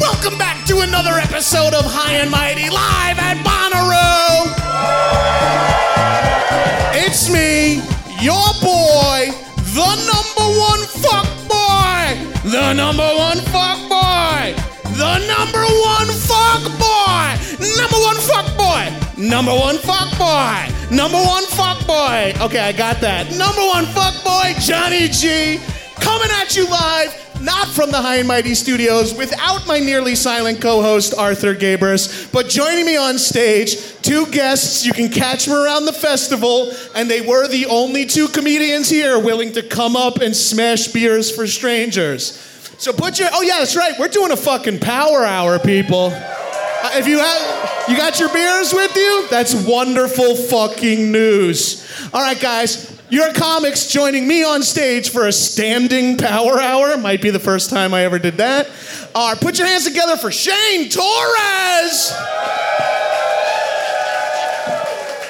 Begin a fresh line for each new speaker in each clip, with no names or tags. Welcome back to another episode of High and Mighty live at Bonnaroo. It's me, your boy, the number one fuck boy, the number one fuck boy, the number one fuck boy, number one fuck boy, number one fuck boy, number one fuck boy. Okay, I got that. Number one fuck boy, Johnny G, coming at you live. Not from the High and Mighty Studios, without my nearly silent co host Arthur Gabris, but joining me on stage, two guests. You can catch them around the festival, and they were the only two comedians here willing to come up and smash beers for strangers. So put your oh yeah, that's right. We're doing a fucking power hour, people. Uh, if you have, you got your beers with you. That's wonderful fucking news. All right, guys. Your comics joining me on stage for a standing power hour. Might be the first time I ever did that. Uh, put your hands together for Shane Torres.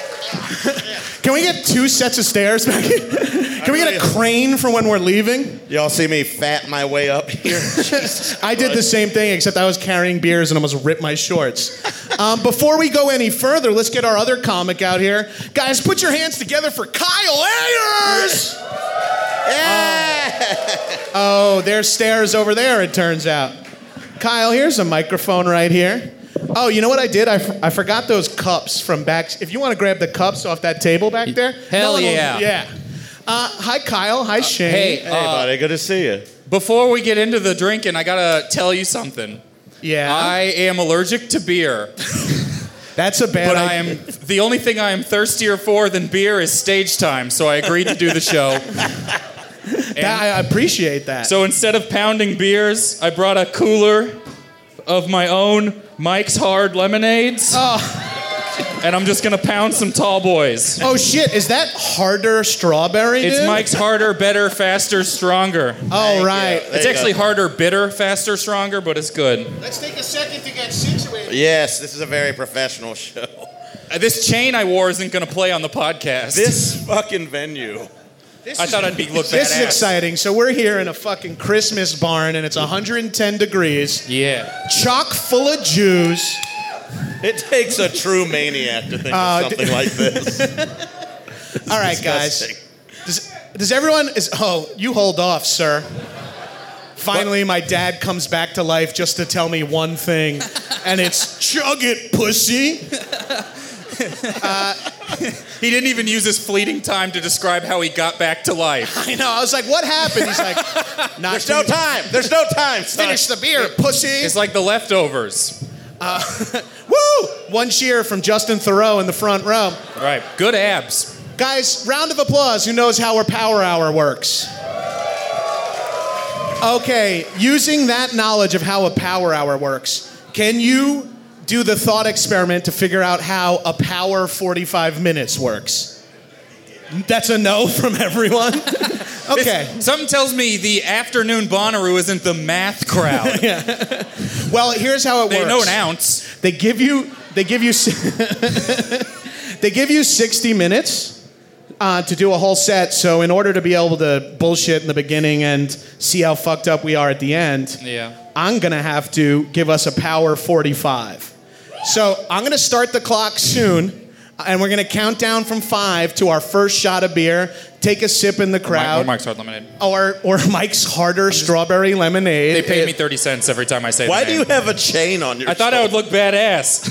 Can we get two sets of stairs back here? Can we get a crane for when we're leaving?
Y'all see me fat my way up here?
I did the same thing, except I was carrying beers and almost ripped my shorts. Um, before we go any further, let's get our other comic out here. Guys, put your hands together for Kyle Ayers! Oh, there's stairs over there, it turns out. Kyle, here's a microphone right here. Oh, you know what I did? I, f- I forgot those cups from back. If you want to grab the cups off that table back there.
Hell
one will-
yeah.
Yeah. Uh, hi, Kyle. Hi, Shane.
Hey,
Hey, buddy, good to see you.
before we get into the drinking, I gotta tell you something.
Yeah.
I am allergic to beer,
That's a bad
but I
idea.
am the only thing I am thirstier for than beer is stage time. So I agreed to do the show.
That- I appreciate that.
So instead of pounding beers, I brought a cooler of my own Mike's Hard Lemonades. And I'm just gonna pound some tall boys.
Oh shit! Is that harder strawberry?
It's
dude?
Mike's harder, better, faster, stronger.
Oh right.
There
It's
you go.
actually harder, bitter, faster, stronger, but it's good.
Let's take a second to get situated.
Yes, this is a very professional show.
Uh, This chain I wore isn't gonna play on the podcast.
This fucking venue.
I thought I'd be look badass.
This is exciting. So we're here in a fucking Christmas barn, and it's 110 degrees,
Yeah.
chock full of Jews.
It takes a true maniac to think
Uh,
of something like this.
All right,
Disgusting.
guys. Does, does everyone is? Oh, you hold off, sir. Finally, my dad comes back to life just to tell me one thing, and it's chug it, pussy.
He didn't even use his fleeting time to describe how he got back to life.
I know. I was like, what happened? He's like, not
There's no time. There's no time. son.
Finish the beer, pussy.
It's like the leftovers.
Uh, Woo! One cheer from Justin Thoreau in the front row.
All right. Good abs.
Guys, round of applause. Who knows how our power hour works? Okay, using that knowledge of how a power hour works, can you do the thought experiment to figure out how a power 45 minutes works? That's a no from everyone. Okay.
Something tells me the afternoon Bonnaroo isn't the math crowd.
Well, here's how it
They
works.
know an ounce.
They give you they give you s- they give you 60 minutes uh, to do a whole set. So in order to be able to bullshit in the beginning and see how fucked up we are at the end,
Yeah.
I'm gonna have to give us a power 45. So I'm gonna start the clock soon. And we're gonna count down from five to our first shot of beer. Take a sip in the
Mike,
crowd,
or Mike's Hard Lemonade.
or or Mike's harder strawberry lemonade.
They paid
It-
me 30 cents every time I say
Why
the
do
name.
you have a chain on your?
I thought I would look badass.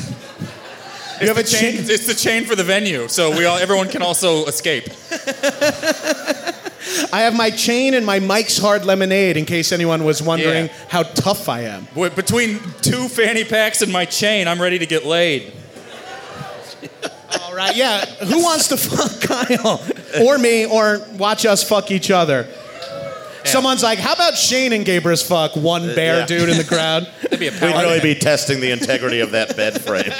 You have a
Chain,
chain.
it's the chain for the venue, so we all everyone can also escape.
I have my chain and my Mike's Hard Lemonade in case anyone was wondering
Yeah.
how tough I am.
Wi- Between two fanny packs and my chain, I'm ready to get laid.
All right, yeah. Who wants to fuck Kyle? Or me, or watch us fuck each other? Someone's like, how about Shane and Gabrus fuck one
Uh,
bear
yeah.
dude in the crowd?
That'd be a
We'd
power.
really be testing the integrity of that bed frame.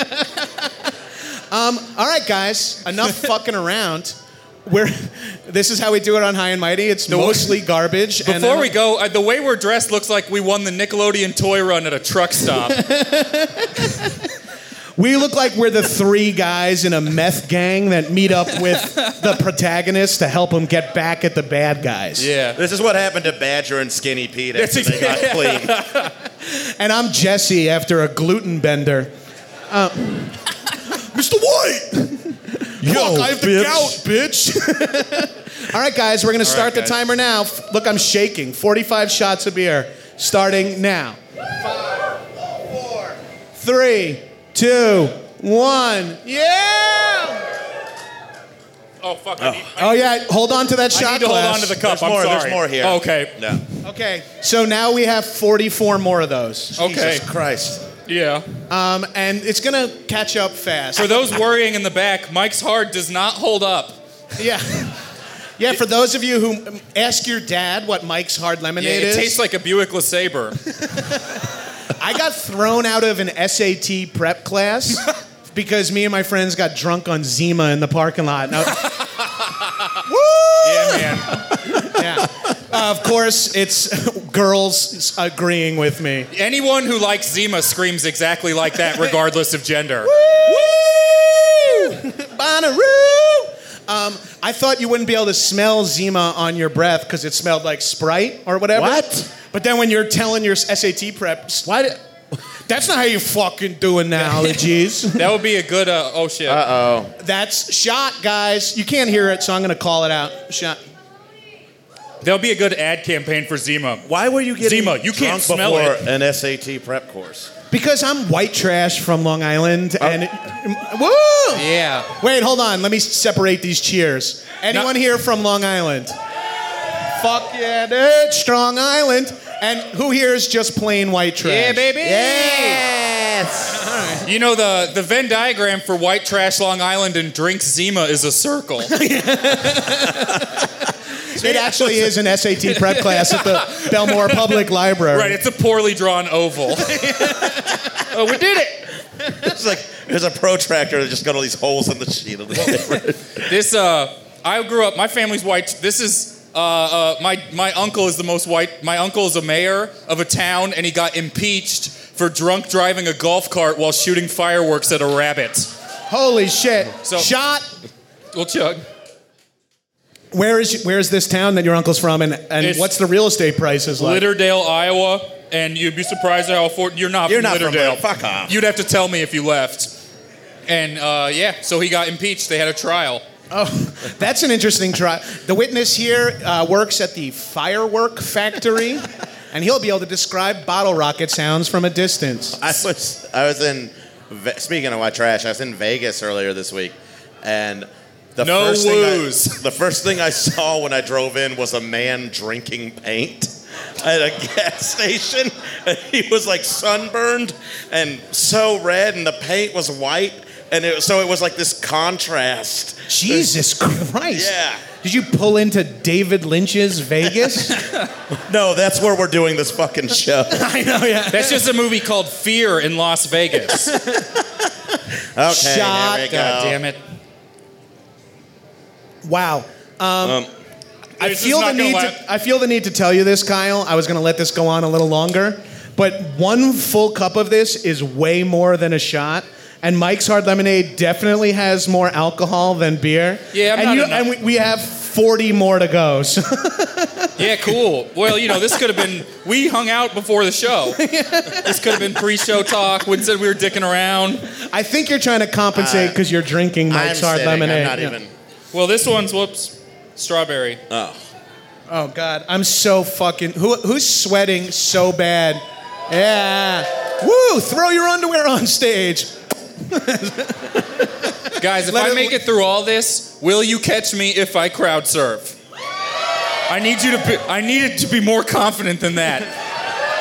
All right, guys, enough fucking around. We're, this is how we do it on High and Mighty. It's mostly garbage. and
Before
then-
we go, uh, the way we're dressed looks like we won the Nickelodeon toy run at a truck stop.
We look like we're the three guys in a meth gang that meet up with the protagonist to help him get back at the bad guys.
yeah.
This is what happened to Badger and Skinny Pete after
That's
they got
exa-
clean.
And I'm Jesse after a gluten bender. Uh,
Mr. White,
Yo,
Fuck, I have the bitch. gout,
bitch. All right, guys, we're going to
All
start the
right, guys.
timer now. F- Look, I'm shaking. 45 shots of beer starting now. Five, four, three, two, one. Yeah!
Oh fuck! I need,
Oh, yeah, hold on to that
I
shot
need to
glass.
hold on to the cup.
There's
I'm
more,
sorry.
there's more here.
Okay.
no.
Okay, so now we have 44 more of those.
Okay.
Jesus Christ.
Yeah.
Um, and it's going to catch up fast.
For those worrying in the back, Mike's hard does not hold up.
Yeah. Yeah, for those of you who um, ask your dad what Mike's Hard
Yeah,
Lemonade
it
is,
tastes like a Buick LeSabre.
I got thrown out of an SAT prep class because me and my friends got drunk on Zima in the parking lot. Now,
yeah, man.
yeah. Uh, of course, it's girls agreeing with me.
Anyone who likes Zima screams exactly like that, regardless of gender.
Woo! Bonnaroo! Um, I thought you wouldn't be able to smell Zima on your breath because it smelled like Sprite or whatever.
What?
But then when you're telling your SAT prep, s- that's not how you fucking do analogies.
That would be a good. Uh, oh shit.
that's shot, guys. You can't hear it, so I'm gonna call it out. Shot.
That'll be a good ad campaign for Zima.
Why were you getting
Zima, you
drunk
can't smell
before
it.
an SAT prep course?
Because I'm white trash from Long Island, and it, woo!
Yeah.
Wait, hold on. Let me separate these cheers. Anyone here from Long Island? Fuck yeah, dude! Strong Island. And who here is just plain white trash?
Yeah, baby. Eh,
Yes.
You know the the Venn diagram for white trash Long Island and drink Zima is a circle.
It actually is an SAT prep class at the Belmore Public Library.
right. It's a poorly drawn oval. oh, we did it.
It's like there's a protractor that just got all these holes in the sheet of the paper.
This uh, I grew up. My family's white. This is uh, uh, my my uncle is the most white. My uncle is a mayor of a town, and he got impeached for drunk driving a golf cart while shooting fireworks at a rabbit.
Holy shit!
So-
Shot.
Well, chug.
Where is where is this town that your uncle's from, and, and
It's-
what's the real estate prices like?
Litterdale, Iowa, and you'd be surprised at how afford. You're not.
You're
from
not from
Litterdale.
Litter- fuck off.
You'd have to tell me if you left. And uh, yeah, so he got impeached. They had a trial.
Oh, that's an interesting try. The witness here uh, works at the firework factory, and he'll be able to describe bottle rocket sounds from a distance.
I was I was in Ve- speaking of white trash. I was in Vegas earlier this week, and the
No
first
woos.
thing I, the first thing I saw when I drove in was a man drinking paint at a gas station. And he was like sunburned and so red, and the paint was white, and it, so it was like this contrast.
Jesus Christ!
Yeah.
Did you pull into David Lynch's Vegas?
No, that's where we're doing this fucking show.
I know, yeah.
That's just a movie called Fear in Las Vegas.
Okay,
Shot.
here we go.
God damn it.
Wow. Um, I
It's just
feel the
not gonna
need
last.
to. I feel the need to tell you this, Kyle. I was going to let this go on a little longer, but one full cup of this is way more than a shot. And Mike's Hard Lemonade definitely has more alcohol than beer.
Yeah, I'm
and
not
you,
enough.
and we, we have 40 more to go. So
Yeah, cool. Well, you know, this could have been. We hung out before the show. This could have been pre-show talk. Wouldn't said we were dicking around.
I think you're trying to compensate because you're drinking
I'm
Mike's Hard
sitting.
Lemonade.
I'm not
Yeah.
even.
Well, this one's whoops, strawberry.
Oh,
Oh God, I'm so fucking. Who, who's sweating so bad? Yeah. Woo! Throw your underwear on stage.
Guys, if
Let
I
it-
make it through all this, will you catch me if I crowd surf? I need you to be, I needed to be more confident than that.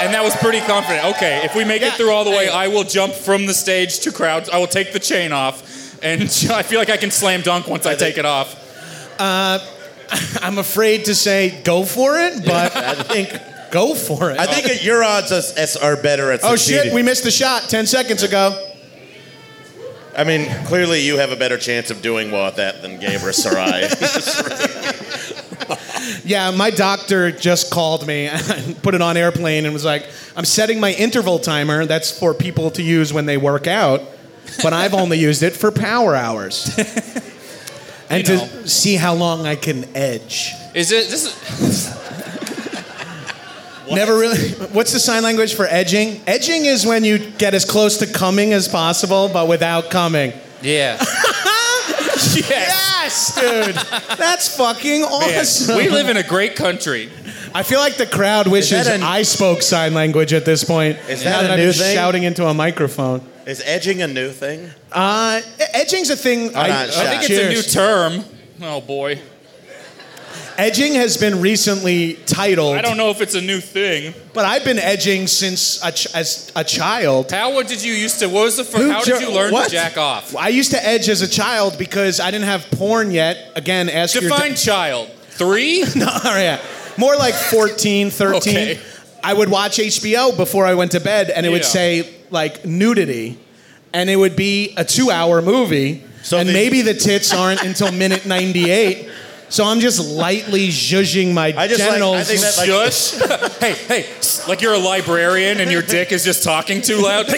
And that was pretty confident. Okay, if we make it
Yeah,
through all the way,
hey.
I will jump from the stage to crowds. I will take the chain off. And I feel like I can slam dunk once I, take it off.
I'm afraid to say go for it, but I think go for it.
I think that your odds as, as are better at
oh
succeeding.
shit, we missed the shot 10 seconds ago.
I mean, clearly you have a better chance of doing well at that than Gabe or Sarai.
Yeah, my doctor just called me and put it on airplane and was like, I'm setting my interval timer. That's for people to use when they work out, but I've only used it for power hours. and to
You know.
see how long I can edge.
Is it this is
Never really. What's the sign language for edging? Edging is when you get as close to coming as possible, but without coming.
Yeah. yes.
Yes, dude. That's fucking awesome.
We live in a great country.
I feel like the crowd wishes
that a-
I spoke sign language at this point.
Is
now
that a
I'm
new
just
thing?
shouting into a microphone.
Is edging a new thing?
Uh, e- edging's a thing.
Hold on,
I think it's a new
cheers.
term. Oh boy.
edging has been recently titled,
I don't know if it's a new thing.
but I've been edging since a ch- as a child.
How what did you used to what was the first
Who
how did
jer-
you learn
what?
to jack off?
I used to edge as a child because I didn't have porn yet. Again, ask your
Define child. Three?
No, all right. More like 14, 13.
Okay.
I would watch HBO before I went to bed, and it would
Yeah.
say, like, nudity. And it would be a two hour movie.
So
and
the-
maybe the tits aren't until minute 98. So I'm just lightly zhuzhing my
I just like- I
genitals.
think that, like-
Shush. hey, hey, s- like you're a librarian and your dick is just talking too loud.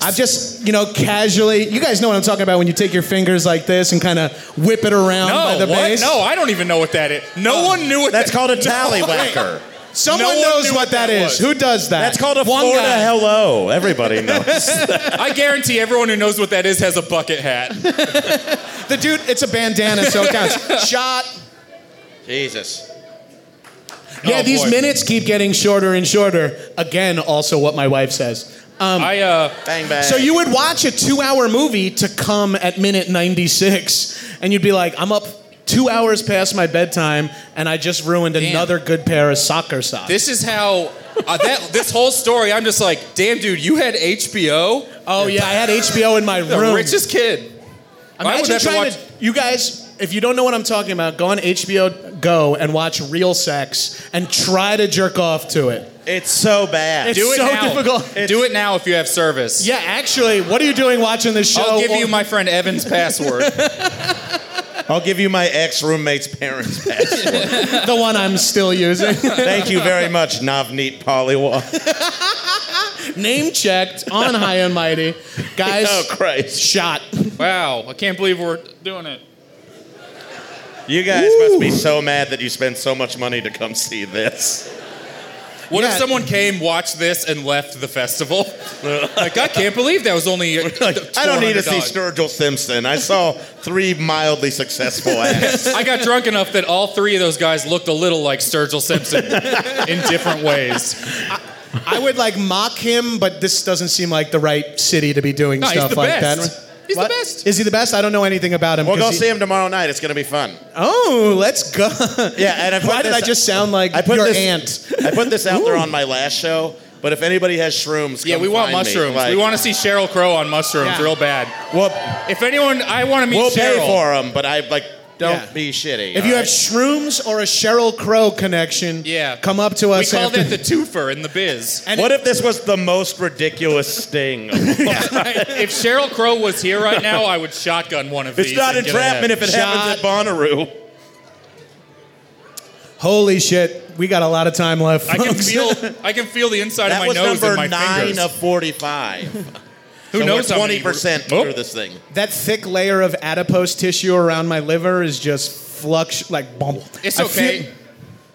I've just, you know, casually. You guys know what I'm talking about when you take your fingers like this and kind of whip it around by
no,
the
what?
base. Oh.
No, I don't even know what that is. No one knew what
That's
that-
called a
No.
tallywhacker.
Someone
no one
knows
knew
what,
what
that
that
is.
was.
Who does that?
That's called a
One
Florida
guy.
hello. Everybody knows.
I guarantee everyone who knows what that is has a bucket hat.
the dude. It's a bandana, so it counts. Shot.
Jesus.
Yeah,
Oh,
these
boy.
minutes keep getting shorter and shorter. Again, also what my wife says. Um,
I uh
Bang bang.
so you would watch a two-hour movie to come at minute 96, and you'd be like, "I'm up two hours past my bedtime, and I just ruined another good pair of soccer socks."
this is how uh, that this whole story I'm just like, "Damn dude, you had HBO?"
oh yeah, I had HBO in my
The
room.
richest kid. Why
Imagine
would that be
trying
watch-
to, you guys, if you don't know what I'm talking about, go on HBO Go and watch Real Sex and try to jerk off to it.
It's so bad.
It's
Do it
so
now.
difficult.
Do it now if you have service.
Yeah, actually, what are you doing watching this show?
I'll give
on-
you my friend Evan's password.
I'll give you my ex roommate's parents' password.
the one I'm still using.
Thank you very much, Navneet Paliwal.
Name checked on High and Mighty. Guys,
Oh Christ!
shot.
wow, I can't believe we're doing it.
You guys must be so mad that you spent so much money to come see this.
What if
Yeah.
someone came, watched this, and left the festival? like, I can't believe that was only.
I don't need to see
$400.
Sturgill Simpson. I saw three mildly successful acts.
I got drunk enough that all three of those guys looked a little like Sturgill Simpson in different ways.
I would like mock him, but this doesn't seem like the right city to be doing
No, he's
stuff
the
like
best.
that.
He's the
What?
best.
Is he the best? I don't know anything about him.
We'll
'cause
go
he-
see him tomorrow night. It's gonna be fun.
Oh, let's go.
Yeah, and I put
Why did
this-
I just sound like
I put
your
this,
aunt?
I put this out there on my last show. But if anybody has shrooms,
Yeah,
come
we want
find me.
mushrooms.
Like,
we want to see Cheryl Crow on mushrooms
Yeah.
real bad.
We'll,
If anyone, I want to meet
we'll
Cheryl.
pay for them, but I like don't
Yeah.
be shitty.
If
all
you have
right?
shrooms or a Cheryl Crow connection,
Yeah.
come up to
We
us.
call
after-
that the twofer in the biz.
and
what if this was the most ridiculous sting?
if Cheryl Crow was here right now, I would shotgun one of these.
it's not
and get ahead.
entrapment if it happens at Bonnaroo.
Holy shit, we got a lot of time left.
I can
folks.
feel I can feel the inside
That
of my
was
nose
number
and my
nine
fingers.
of forty-five.
Who knows how many
Twenty percent
we're-
through
Oh,
this thing.
that thick layer of adipose tissue around my liver is just flux like bump.
It's
I
okay.
feel-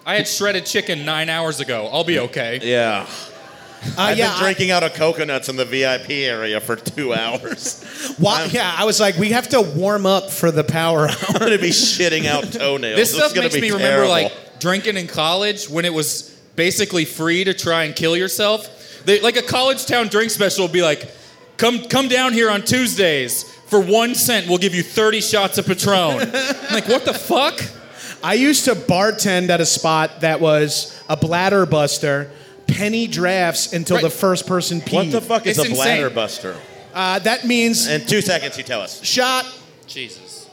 I had shredded chicken nine hours ago. I'll be okay.
Yeah,
uh,
I've
yeah,
been
I-
drinking out of coconuts in the VIP area for two hours.
Why,
I'm-
yeah, I was like, we have to warm up for the power hour.
I'm gonna be shitting out toenails.
This
is
stuff
gonna
makes
be
me
terrible.
remember like drinking in college when it was basically free to try and kill yourself. They, like a college town drink special would be like, come come down here on Tuesdays for one cent. We'll give you thirty shots of Patron. I'm like what the fuck?
I used to bartend at a spot that was a bladder buster, penny drafts until
Right.
the first person peed.
what the fuck is
It's
a
insane.
bladder buster?
Uh, that means
In two seconds, you tell us.
shot.
Jesus.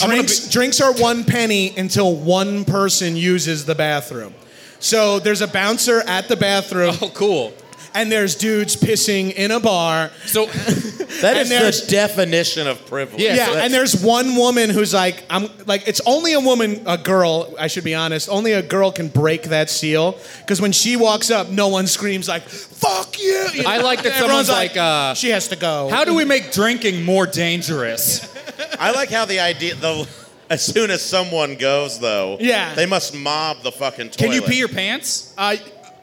I'm gonna
Drinks,
be-
drinks are one penny until one person uses the bathroom. So there's a bouncer at the bathroom,
Oh, cool.
and there's dudes pissing in a bar.
So
That
And
is
there's-
the definition of privilege.
Yeah,
Yeah,
so
and there's one woman who's like, I'm like, it's only a woman, a girl. I should be honest. Only a girl can break that seal because when she walks up, no one screams like "fuck you." you
I
know?
like that
Everyone's
someone's like, uh,
she has to go.
how do we make drinking more dangerous?
I like how the idea the as soon as someone goes though,
Yeah.
they must mob the fucking toilet.
Can you pee your pants?
Uh,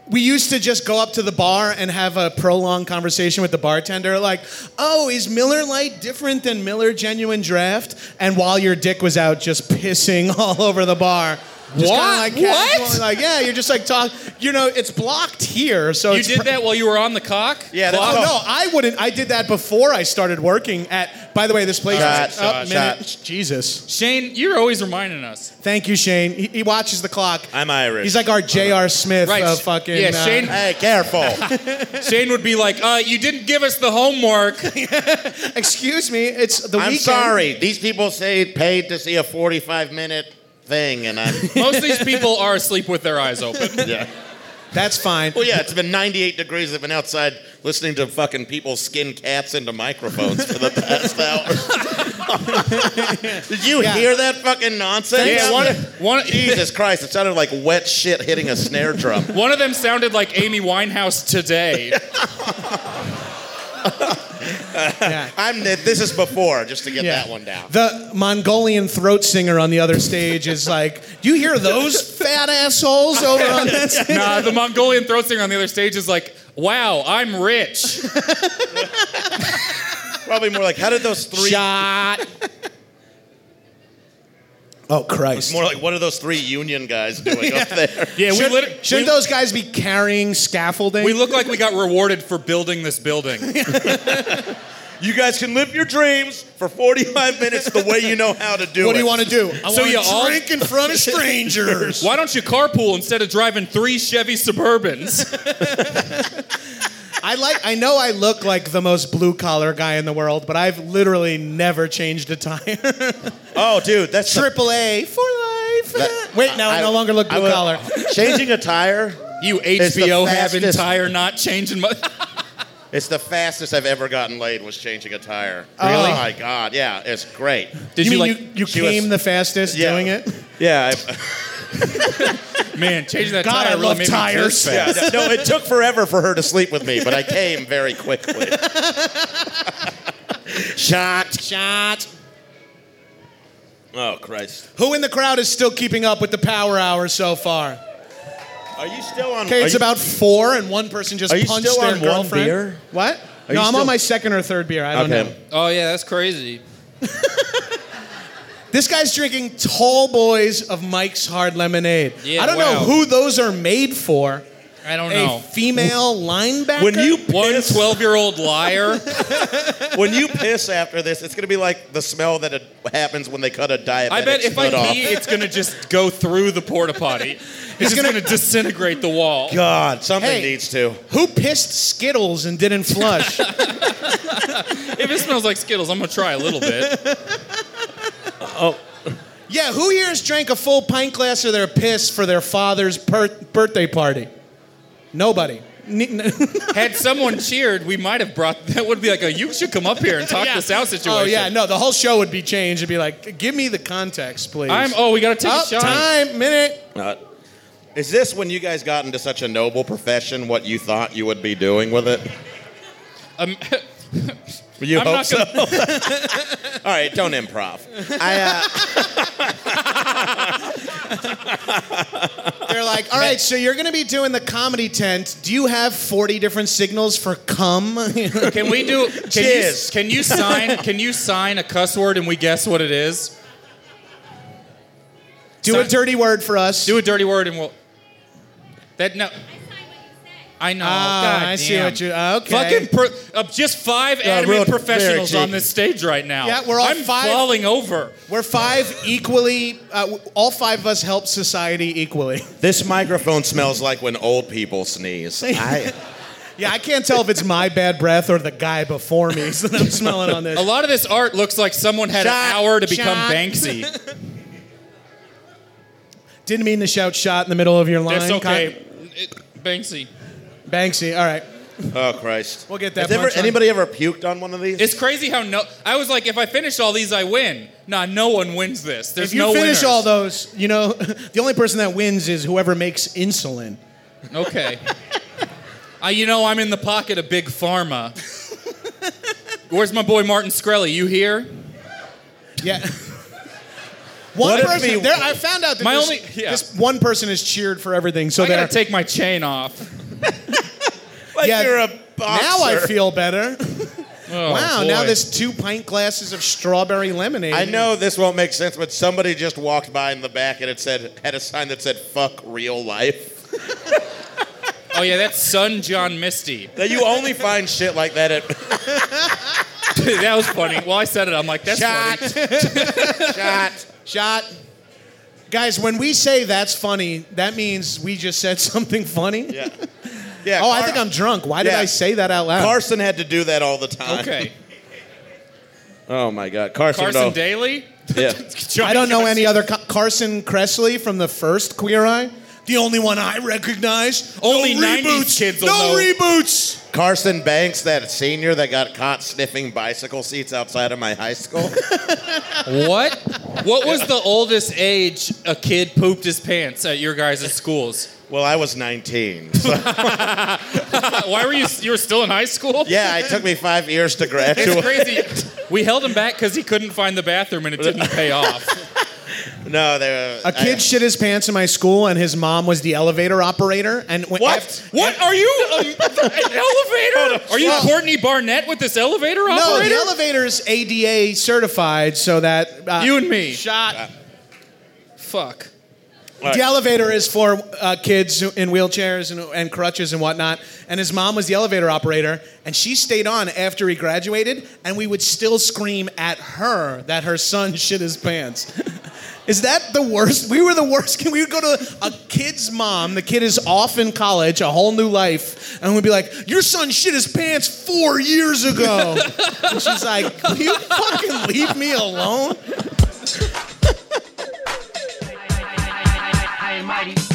we used to just go up to the bar and have a prolonged conversation with the bartender, like, "Oh, is Miller Lite different than Miller Genuine Draft?" And while your dick was out, just pissing all over the bar. Just kinda
What?
Like
What?
casually, Like, yeah, you're just like talk. You know, it's blocked here, so
You
Oh, it's
did
pr-
that while you were on the cock?
Yeah, that's
Clock?
what-
No, I wouldn't. I did that before I started working at. By the way, this place.
Shot,
is,
shot,
oh, minute.
shot.
Jesus.
Shane, you're always reminding us.
Thank you, Shane. He, he watches the clock.
I'm Irish.
He's like our J.R. Smith
Right,
of
Sh-
fucking.
yeah,
uh,
Shane-
Hey, careful.
Shane would be like, uh, you didn't give us the homework.
excuse me. It's the
I'm
weekend.
sorry. These people say paid to see a 45 minute thing, and I'm
Most of these people are asleep with their eyes open.
yeah.
That's fine.
Well, yeah, it's been 98 degrees. I've been outside listening to fucking people skin cats into microphones for the past hour. Did you
Yeah.
hear that fucking nonsense?
Yeah, one-
one-
Jesus Christ, it sounded like wet shit hitting a snare drum.
One of them sounded like Amy Winehouse today.
Yeah.
I'm this is before, just to get
Yeah.
that one down.
The Mongolian throat singer on the other stage is like, "Do you hear those fat assholes over on that?" stage?"
Nah, Uh, the Mongolian throat singer on the other stage is like, wow, I'm rich.
Probably more like, how did those three?
Shot.
Oh Christ!
More like, what are those three union guys doing up there?
Yeah, we,
Should,
lit-
should
we,
those guys be carrying scaffolding?
we look like we got rewarded for building this building.
You guys can live your dreams for 45 minutes the way you know how to do it.
what do you want to do? I
So
wanna
you all-
drink in front of strangers.
Why don't you carpool instead of driving three Chevy Suburbans?
I like. I know I look like the most blue collar guy in the world, but I've literally never changed a tire.
Oh, dude, that's the-
Triple A for life.
That-
Wait, now I, no longer look
I
blue
would-
collar.
Changing a tire,
You
It's the
HBO having
fastest-
tire not changing much.
it's the fastest I've ever gotten laid was changing a tire.
Really?
Oh my god, yeah, it's great.
Did
you, mean
you, like
you, you
she was-
came the fastest
Yeah.
doing it?
Yeah, I,
man changing that
God,
tire
I
really
love
made me jerk
tires.
back.
yeah, no, it took forever for her to sleep with me, but I came very quickly. Shot. Shot. Oh Christ!
Who in the crowd is still keeping up with the power hour so far?
Are you still on?
Okay,
Hmm. are
it's
you-
about four, and one person just
Are you
punched
still
their
on one
girlfriend.
beer?
What? no,
Are you
I'm
still-
on my second or third beer. I don't know.
Okay.
Oh yeah, that's crazy.
This guy's drinking Tall Boys of Mike's Hard Lemonade.
Yeah,
I don't know
wow.
who those are made for.
I don't
A
know.
female linebacker.
When you
One
piss,
12 year old liar.
when you piss after this, it's gonna be like the smell that it happens when they cut a diabetic
I bet if I
foot off.
pee, it's gonna just go through the porta potty. It's just gonna,
gonna-
disintegrate the wall.
God, something
Hey.
needs to.
who pissed Skittles and didn't flush?
If it smells like Skittles, I'm gonna try a little bit.
yeah, who here has drank a full pint glass of their piss for their father's per- birthday party? Nobody.
Had someone cheered, we might have brought that. Would be like a you should come up here and talk this out situation.
Oh yeah, no, the whole show would be changed. It'd be like, give me the context, please.
I'm. Oh, we gotta take
Up,
a shot.
time, minute.
Uh, is this when you guys got into such a noble profession? What you thought you would be doing with it?
Um,
You
I'm
hope
not
so.
gonna-
All right, don't improv.
uh, They're like, all right, so you're gonna be doing the comedy tent. Do you have 40 different signals for cum?
Can we do? Can you,
Jizz.
can you sign? Can you sign a cuss word and we guess what it is?
Do a dirty word for us.
Do a dirty word and we'll. That no. I know.
Ah,
God
I see
damn.
what you- ah, okay.
Fucking pro, uh, just five
real
adamant professionals
lyric-y.
on this stage right now.
Yeah, we're all
I'm
five-
falling over.
We're five equally. Uh, w- all five of us help society equally.
This microphone smells like when old people sneeze. I,
Yeah, I can't tell if it's my bad breath or the guy before me that I'm smelling on this.
A lot of this art looks like someone had
Shot,
an hour to become
shot.
Banksy.
Didn't mean to shout shot in the middle of your line.
That's okay. It- Banksy.
Con- Banksy. All right.
oh Christ!
We'll get that
Has ever-
punchline.
anybody ever puked on one of these?
It's crazy how no. I was like, if I finish all these, I win. Nah, no one wins this. There's
if you
no
finish
winners.
all those, you know, the only person that wins is whoever makes insulin.
Okay. I, you know, I'm in the pocket of Big Pharma. Where's my boy Martin Screlly? You here?
Yeah. One
What if
person.
he-
there, I found out that
My
this,
only- yeah.
this one person is cheered for everything. So
I
they're
gotta take my chain off.
like
yeah,
you're a boxer.
now I feel better.
Oh,
wow, now
boy.
there's two pint glasses of strawberry lemonade.
I know this won't make sense, but somebody just walked by in the back and it said had a sign that said "fuck real life."
Oh yeah, that's son John Misty.
That you only find shit like that at
that was funny. Well, I said it. I'm like, that's
shot,
funny.
shot.
Shot. Guys, when we say that's funny, that means we just said something funny.
Yeah, yeah.
Oh, I
Car-
think I'm drunk. Why did
Yeah.
I say that out loud?
Carson had to do that all the time.
Okay.
Oh my God, Carson.
Carson
no.
Daly.
Yeah.
I don't know any other Ca- Carson Cressley from the first Queer Eye. The only one I recognize.
Only
no
90s
reboots.
kids will
no
know.
reboots.
Carson Banks, that senior that got caught sniffing bicycle seats outside of my high school.
What? What was the oldest age a kid pooped his pants at your guys' schools?
well, I was 19. So,
Why were you? You were still in high school?
yeah, it took me five years to
It's
graduate.
crazy. We held him back because he couldn't find the bathroom and it didn't pay off.
No, they were.
A kid
I-
shit his pants in my school, and his mom was the elevator operator. And when,
What?
What are you? Um, an elevator? Are you Courtney Barnett with this elevator
No,
operator?
the elevator's ADA certified, so that uh,
you and me.
shot.
Fuck.
The elevator is for uh, kids who- in wheelchairs and, and crutches and whatnot. And his mom was the elevator operator, and she stayed on after he graduated. And we would still scream at her that her son shit his pants. is that the worst? We were the worst. We would go to a kid's mom. The kid is off in college, a whole new life, and we'd be like, "Your son shit his pants four years ago." and she's like, "Will you fucking leave me alone?"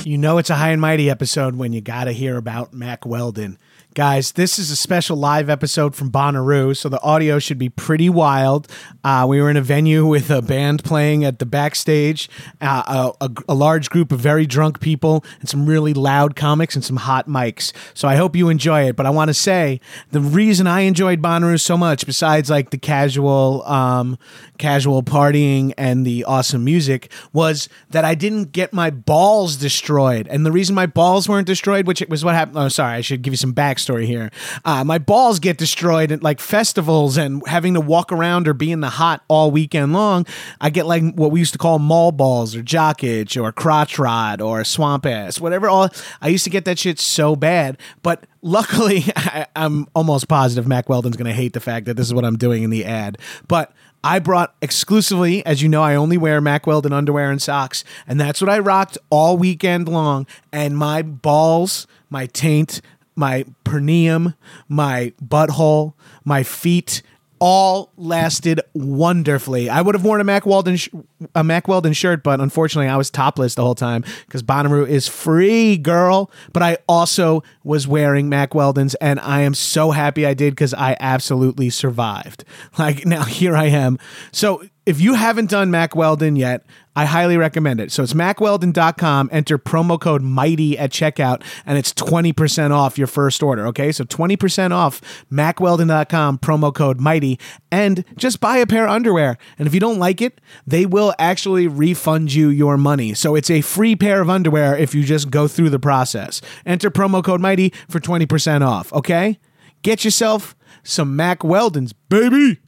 You know it's a high and mighty episode when you gotta hear about Mac Weldon. Guys, this is a special live episode from Bonnaroo, so the audio should be pretty wild. Uh, we were in a venue with a band playing at the backstage, uh, a, a, a large group of very drunk people, and some really loud comics and some hot mics. So I hope you enjoy it. But I want to say the reason I enjoyed Bonnaroo so much, besides like the casual, um, casual partying and the awesome music, was that I didn't get my balls destroyed. And the reason my balls weren't destroyed, which was what happened. Oh, sorry, I should give you some backstory here. Uh, my balls get destroyed at like festivals and having to walk around or be in the hot all weekend long. I get like what we used to call mall balls or jock itch or crotch rod or swamp ass, whatever. All I used to get that shit so bad, but luckily I, I'm almost positive Mac Weldon's going to hate the fact that this is what I'm doing in the ad, but. I brought exclusively, as you know, I only wear Mack Weldon underwear and socks, and that's what I rocked all weekend long. And my balls, my taint, my perineum, my butthole, my feet,
all lasted wonderfully. I would have worn a Mac Weldon sh- a Mac Weldon shirt, but unfortunately, I was topless the whole time because Bonnaroo is free, girl. But I also was wearing Mac Weldon's, and I am so happy I did because I absolutely survived. Like now, here I am. So if you haven't done Mac Weldon yet, I highly recommend it. So it's macweldon.com. Enter promo code MIGHTY at checkout, and it's 20% off your first order. Okay, so 20% off macweldon.com, promo code MIGHTY, and just buy a pair of underwear. And if you don't like it, they will actually refund you your money. So it's a free pair of underwear if you just go through the process. Enter promo code MIGHTY for 20% off. Okay, get yourself some Mac Weldon's, baby.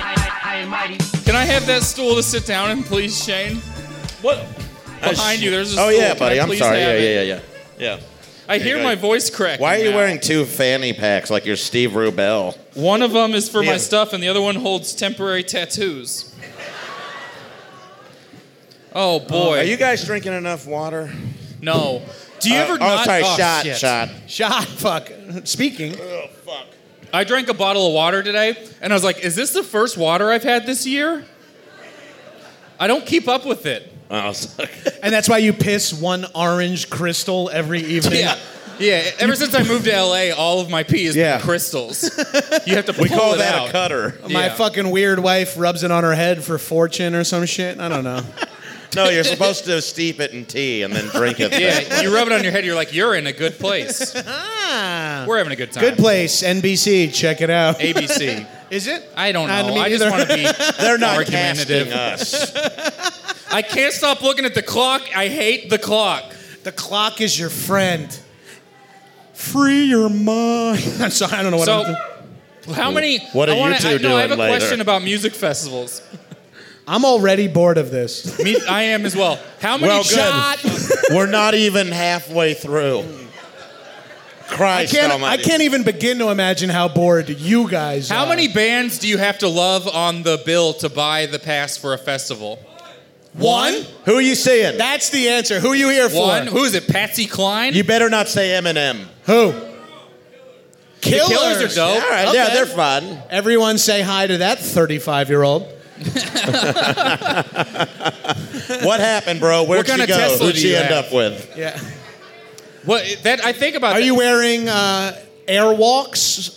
Can I have that stool to sit down in, please, Shane? What? Behind you, there's a
Oh
stool.
yeah,
Can
buddy.
I
I'm
please
sorry.
have
Yeah,
it?
yeah, yeah, yeah. Yeah.
I
There
hear
you go.
my voice crack.
Why are you
now.
wearing two fanny packs like you're Steve Rubel?
One of them is for my
Yeah.
stuff, and the other one holds temporary tattoos. Oh boy!
Are you guys drinking enough water?
no. Do you
Uh,
ever?
oh,
not-
sorry.
oh,
shot,
shit.
shot.
Shot. Fuck. Speaking.
Oh fuck.
I drank a bottle of water today, and I was like, "Is this the first water I've had this year?" I don't keep up with it.
Oh, sorry.
And that's why you piss one orange crystal every evening.
Yeah. Yeah, ever since I moved to LA, all of my pee has
Yeah.
been crystals. You have to pull
we call
it
that
out.
a cutter.
My
Yeah.
fucking weird wife rubs it on her head for fortune or some shit. I don't know.
No, you're supposed to steep it in tea and then drink it.
Yeah, you rub it on your head, you're like, you're in a good place. We're having a good time.
Good place, NBC. Check it out.
ABC.
Is it?
I don't
Not
know.
me
I just
either.
want to be.
They're not
Argumentative.
casting us.
I can't stop looking at the clock. I hate the clock.
The clock is your friend. Free your mind. I'm sorry, I don't know what I'm
So,
doing.
how many?
What are
I wanna,
you two
I, No, I have a
doing later?
question about music festivals.
I'm already bored of this.
Me, I am as well. How many?
Well, good.
shot?
We're not even halfway through.
I
Christ
can't, I
almighty.
can't even begin to imagine how bored you guys are.
How many bands do you have to love on the bill to buy the pass for a festival?
One?
Who are you seeing?
That's the answer. Who are you here for?
One. Who is it? Patsy Cline.
you better not say Eminem.
Who?
Killers are dope.
All right, yeah,
Okay.
they're fun.
Everyone say hi to that 35 year old.
What happened, bro? Where'd
kind
she
of
go?
Tesla
Who'd
do
she
you
end
have?
up with?
Yeah.
Well, that I think about.
Are
that.
you wearing uh, airwalks?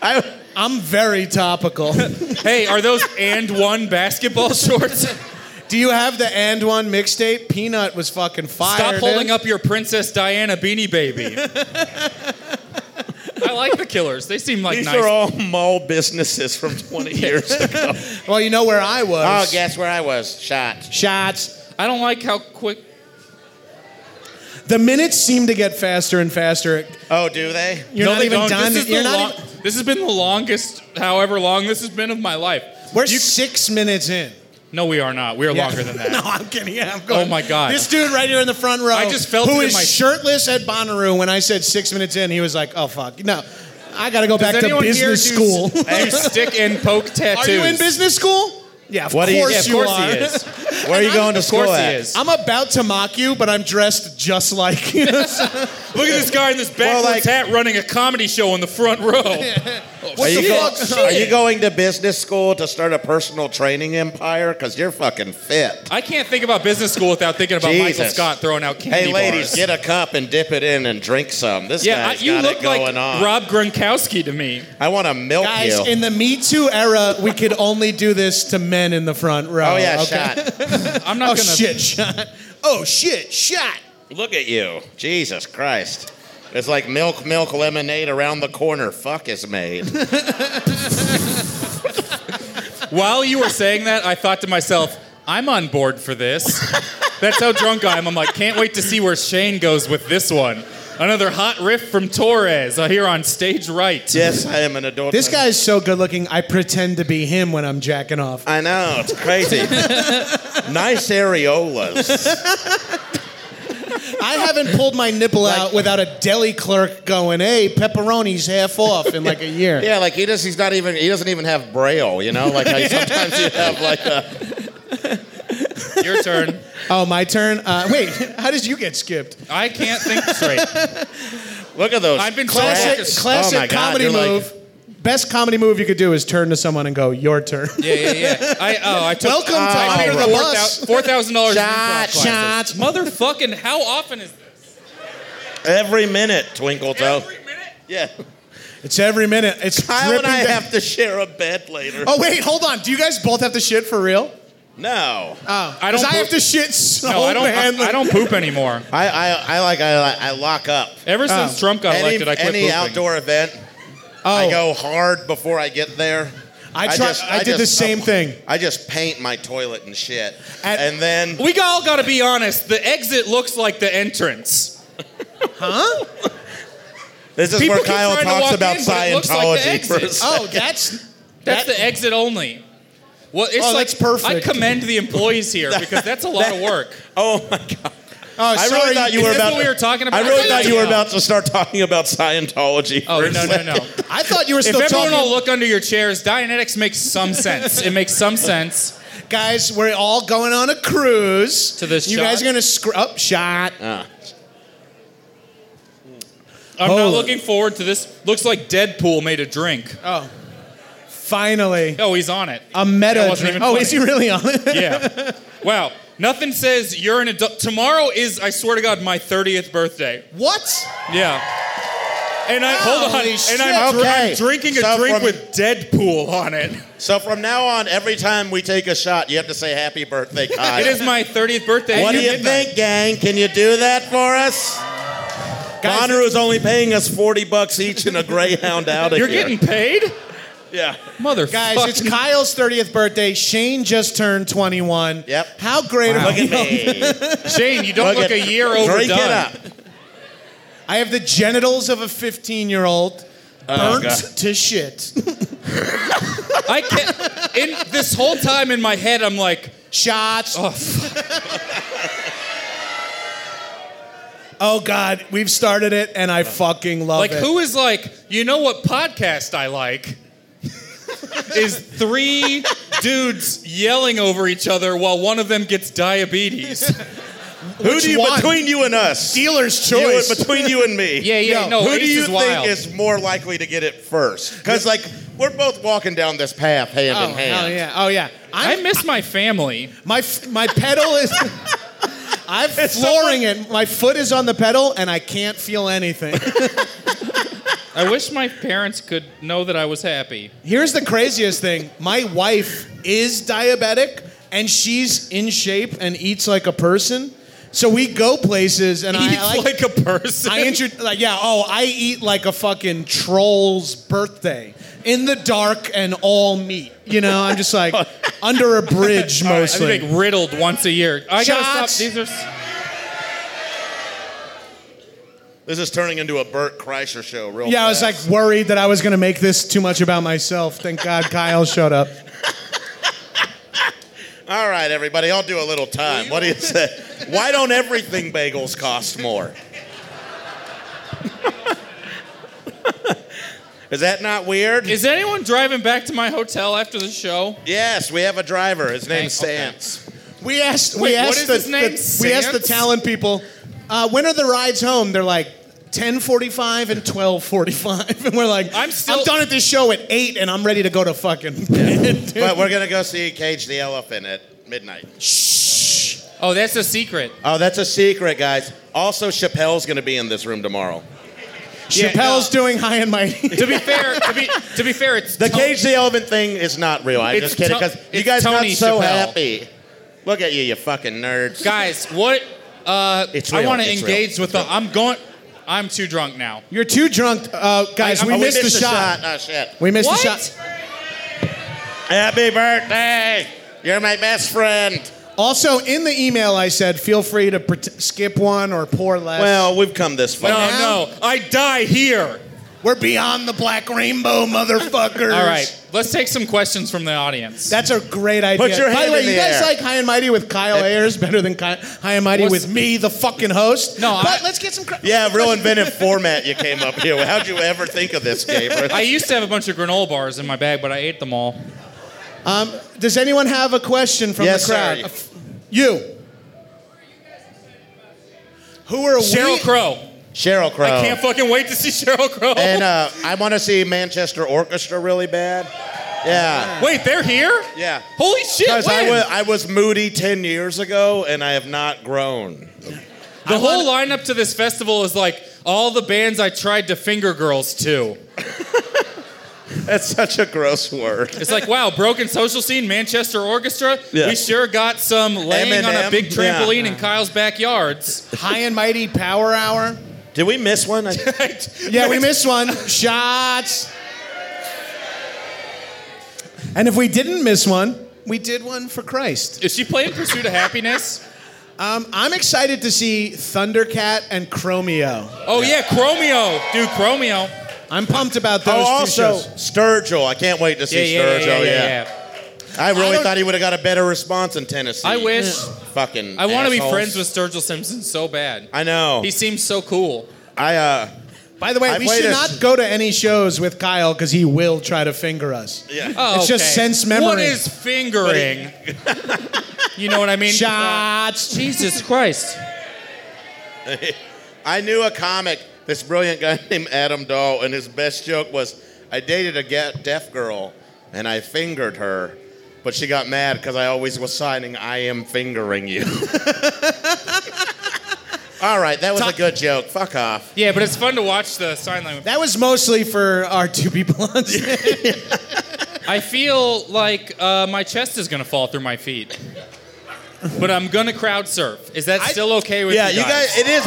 I, I'm very topical.
Hey, are those and one basketball shorts?
Do you have the and one mixtape? Peanut was fucking fire.
Stop
dude.
holding up your Princess Diana beanie baby. I like the Killers. They seem like
These
nice.
are all mall businesses from 20 years ago.
Well, you know where I was.
oh, guess where I was? Shot.
Shots.
I don't like how quick.
The minutes seem to get faster and faster.
Oh, do they?
You're
No,
not
they
even
don't.
done.
This, is
You're
the
not
long-
even-
this has been the longest, however long this has been of my life.
We're six minutes in.
No, we are not. We are
Yeah.
longer than that.
no, I'm kidding. Yeah, I'm going.
Oh, my God.
This dude right here in the front row.
I just felt
who
it in
is
my-
shirtless at Bonnaroo. When I said six minutes in, he was like, "Oh fuck, no, I got to go
Does
back to
anyone here
business
do-
school."
do stick and poke tattoos.
Are you in business school? Yeah, of
What are you-
course
Yeah, of course
are.
he is.
Where are you going to
Of
school
course
at?
he is.
I'm about to mock you, but I'm dressed just like you.
Look at this guy in this
Well,
backwards
like-
hat running a comedy show in the front row.
Are
What
you,
the
go-
fuck?
are you going to business school to start a personal training empire? Because you're fucking fit.
I can't think about business school without thinking about Michael
Jesus.
Scott throwing out candy
Hey, ladies,
bars.
get a cup and dip it in and drink some. This
yeah, I,
guy's
you
got
look
it going
like
on.
Rob Gronkowski to me.
I want to milk
Guys,
you.
in the Me Too era, we could only do this to men in the front row.
oh, yeah,
okay?
shot.
I'm not
Oh
gonna.
shit, shot. Oh shit, shot.
Look at you. Jesus Christ. It's like milk, milk, lemonade around the corner. Fuck is made.
While you were saying that, I thought to myself, I'm on board for this. That's how drunk I am. I'm like, can't wait to see where Shane goes with this one. Another hot riff from Torres uh, here on stage right.
yes, I am an adult.
This guy's so good looking. I pretend to be him when I'm jacking off.
I know, it's crazy. nice areolas.
I haven't pulled my nipple out without a deli clerk going, "Hey, pepperoni's half off" in like a year.
Yeah, like he just he's not even he doesn't even have braille, you know? Like, like sometimes you have like a
Your turn.
Oh, my turn. Uh, wait, how did you get skipped?
I can't think straight.
Look at those.
I've been
Classic,
Focus.
classic
Oh my God,
comedy
you're like-
move. Best comedy move you could do is turn to someone and go, "Your turn."
Yeah, yeah, yeah. I oh, I took.
Welcome to
I
Under
paid
the
four
Bus.
thou- Four thousand dollars.
Shot, shot.
Motherfucking. How often is this?
Every minute, Twinkle Toe.
Every minute.
Yeah.
It's every minute. It's
Kyle
dripping
and I
down.
have to share a bed later.
Oh wait, hold on. Do you guys both have to shit for real? Oh,
No.
I don't
'cause I
poop-
have to shit so
No, I don't.
badly.
I, I don't poop anymore.
I, I, I like I, like- I lock up.
Ever since
Oh.
Trump got
Any,
elected, I quit
any
pooping.
outdoor event,
Oh,
I go hard before I get there.
I try- I did the same thing.
I just paint my toilet and shit,
At-
and then
We all got to be honest. The exit looks like the entrance.
this is
People
where
keep
Kyle
trying to
talks
walk
about
in, but it looks like the
Scientology. for a
exit.
second.
oh, that's
That's the exit only. Well, it's
Oh,
like,
that's perfect.
I commend the employees here because that's a lot of work.
Oh my god!
Oh,
I
sorry.
really thought you
Is
were
this
about.
what we were talking about?
I really
I
thought
thought
you were
you-
about to start talking about Scientology.
Oh
for a
no no no!
second.
I thought you were
If
still
everyone
talking.
will look under your chairs, Dianetics makes some sense. It makes some sense.
guys, we're all going on a cruise
To this
You
shot?
guys are gonna scr- up shot.
Ah.
I'm
Oh.
not looking forward to this. Looks like Deadpool made a drink.
Oh, finally,
Oh, he's on it.
a meta.
That wasn't
drink.
even
oh,
funny.
is he really on it?
Yeah. wow. Nothing says you're an adult. Tomorrow is, I swear to God, my 30th birthday.
What?
Yeah. And I hold on.
Holy
And I'm,
shit.
dr-
Okay.
I'm drinking a
So
drink
from-
with Deadpool on it.
So from now on, every time we take a shot, you have to say "Happy Birthday, Kyle."
It is my 30th birthday.
What
It's
do you
midnight.
think, gang? Can you do that for us?
Guys,
Bonnaroo is only paying us forty bucks each in a Greyhound out of
You're
here.
getting paid?
yeah.
Motherfucker.
Guys, it's Kyle's 30th birthday. Shane just turned 21.
Yep.
How great
Look
about
at me.
Shane, you don't
Look
look
at-
a year overdone.
Drink it up.
I have the genitals of a 15 year old burnt
Oh, God.
to shit.
I can't. In, this whole time in my head, I'm like,
Shots.
oh, fuck.
Oh, God. We've started it and I fucking love
like
it.
who is like, you know what podcast I like? is three dudes yelling over each other while one of them gets diabetes.
Who do you
one?
between you and us?
Dealer's
You-
choice.
between you and me.
Yeah, yeah,
No,
no.
Who
Ace
do you
is
think
wild.
is more likely to get it first? Because like we're both walking down this path hand
Oh,
in
hell
hand.
yeah. Oh, yeah.
I
I'm,
miss my family.
my, f- my pedal is. I'm
It's
flooring it. My foot is on the pedal and I can't feel anything.
I wish my parents could know that I was happy.
Here's the craziest thing. My wife is diabetic and she's in shape and eats like a person. So we go places and
Eat
I like,
like a person.
I intro like yeah, oh, I eat like a fucking troll's birthday in the dark and all meat. You know, I'm just like under a bridge
I think
mostly.
riddled once a year. I gotta
Shots.
stop. These are. s-
This is turning into a Burt Kreischer show. Real.
Yeah, I was like
fast.
worried that I was going to make this too much about myself. Thank God Kyle showed up.
all right, everybody, I'll do a little time. What do you say? Why don't everything bagels cost more? is that not weird?
Is anyone driving back to my hotel after the show?
yes, we have a driver. His name's
Okay.
Sans.
We asked. we
Wait, what
asked
is
the,
his name?
the- we asked the
Sans?
talent people. Uh, when are the rides home? They're like. 10:45 and 12:45, and we're like,
I'm still-
done at this show at eight, and I'm ready to go to fucking bed. dude.
But we're gonna go see Cage the Elephant at midnight.
Shh.
Oh, that's a secret.
Oh, that's a secret, guys. Also, Chappelle's gonna be in this room tomorrow.
Yeah,
Chappelle's doing high and mighty.
To be fair, to be to be fair, it's
The
Tony-
Cage the Elephant thing is not real. I'm
It's
just kidding
To-
because you
it's
guys are
Tony
not so
Chappelle.
happy. Look at you, you fucking nerds.
Guys, what? Uh,
It's
I
real,
want to
it's real,
engage
it's
with the. I'm going. I'm too drdrunk now.
You're too drunk, uh, guys.
I-
we,
I-
Oh,
missed the shot.
Oh shit.
We missed
What?
the shot.
Happy birthday! You're my best friend.
Also, in the email, I said, feel free to pret- skip one or pour less.
Well, we've come this far.
No,
now?
no, I die here.
we're beyond the black rainbow, motherfuckers.
All right, let's take some questions from the audience.
That's a great idea.
Put your
By
hand
the way,
in
you
the
guys
air.
like High and Mighty with Kyle Ayers better than Ki- High and Mighty
What's-
with me, the fucking host.
No,
but
I-
let's get some. Cr-
Yeah, real inventive format you came up here. with. How'd you ever think of this, Gabriel?
I used to have a bunch of granola bars in my bag, but I ate them all.
Um, does anyone have a question from
Yes,
the crowd?
sir.
A f- You. Who are
Cheryl
we?
Crow.
Cheryl Crow.
I can't fucking wait to see Cheryl Crow.
Oh. and uh, I want to see Manchester Orchestra really bad. Yeah.
wait, they're here?
Yeah.
Holy shit!
Because I
when?
was, I was moody 10 years ago and I have not grown.
the whole lineup to this festival is like all the bands I tried to finger girls to.
That's such a gross word.
It's like, wow, broken social scene, Manchester Orchestra.
Yeah.
We sure got some laying on a
M&M,
big trampoline
yeah.
in Kyle's backyards.
High and mighty power hour.
Did we miss one? I-
Yeah, we missed one. Shots. And if we didn't miss one, we did one for Christ.
Is she playing Pursuit of Happiness?
Um, I'm excited to see Thundercat and Chromeo.
Oh yeah, Chromeo, dude, Chromeo.
I'm pumped about those
Oh,
two
also
shows.
Sturgill. I can't wait to
Yeah,
see
yeah, yeah,
Sturgill.
yeah, yeah,
I
I
really
don't-
thought he would have got a better response in Tennessee.
I wish.
Fucking.
I want to be
assholes. Oh.
friends with Sturgill Simpson so bad.
I know.
He seems so cool.
I uh.
By the way,
I
we
played
should
a-
not go to any shows with Kyle because he will try to finger us.
Yeah.
Oh,
It's just
okay.
sense memory.
What is fingering? you know what I mean?
Shots.
Jesus Christ.
I knew a comic, this brilliant guy named Adam Dahl, and his best joke was, I dated a ge- deaf girl, and I fingered her, but she got mad because I always was signing, I am fingering you. All right, that was a good joke. Fuck off.
Yeah, but it's fun to watch the sign language.
That was mostly for our two people on stage.
I feel like uh, my chest is gonna fall through my feet. But I'm gonna crowd surf. Is that still okay with
Yeah,
you
you guys, it is.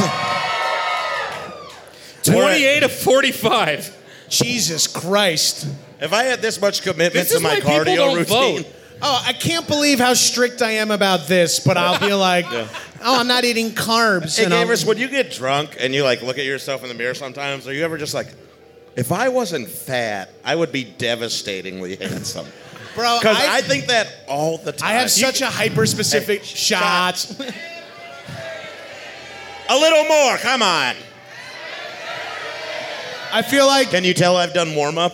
28 of 45.
Jesus Christ.
If I had this much commitment
This
to
is why
my
people
cardio
don't
routine,
vote.
Oh, I can't believe how strict I am about this, but I'll be like, oh, I'm not eating carbs.
Hey,
and I'll-
Gavers, when you get drunk and you like look at yourself in the mirror sometimes, are you ever just like, if I wasn't fat, I would be devastatingly handsome?
Bro,
Because
I-
I, think that all the time.
I have such a hyper specific
Hey,
shots.
a little more. Come on.
I feel like
Can you tell I've done warm up?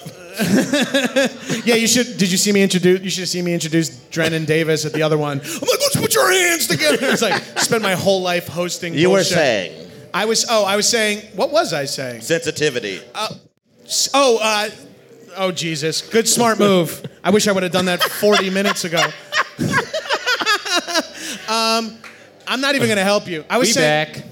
yeah, you should. Did you see me introduce? You should have seen me introduce Drennan Davis at the other one. I'm like, let's put your hands together. It's like spend my whole life hosting.
You were
bullshit.
saying
I was. Oh, I was saying. What was I saying?
sensitivity.
S- Oh, uh, oh Jesus! Good smart move. I wish I would have done that 40 minutes ago. um, I'm not even gonna help you. I was
Be
saying
back.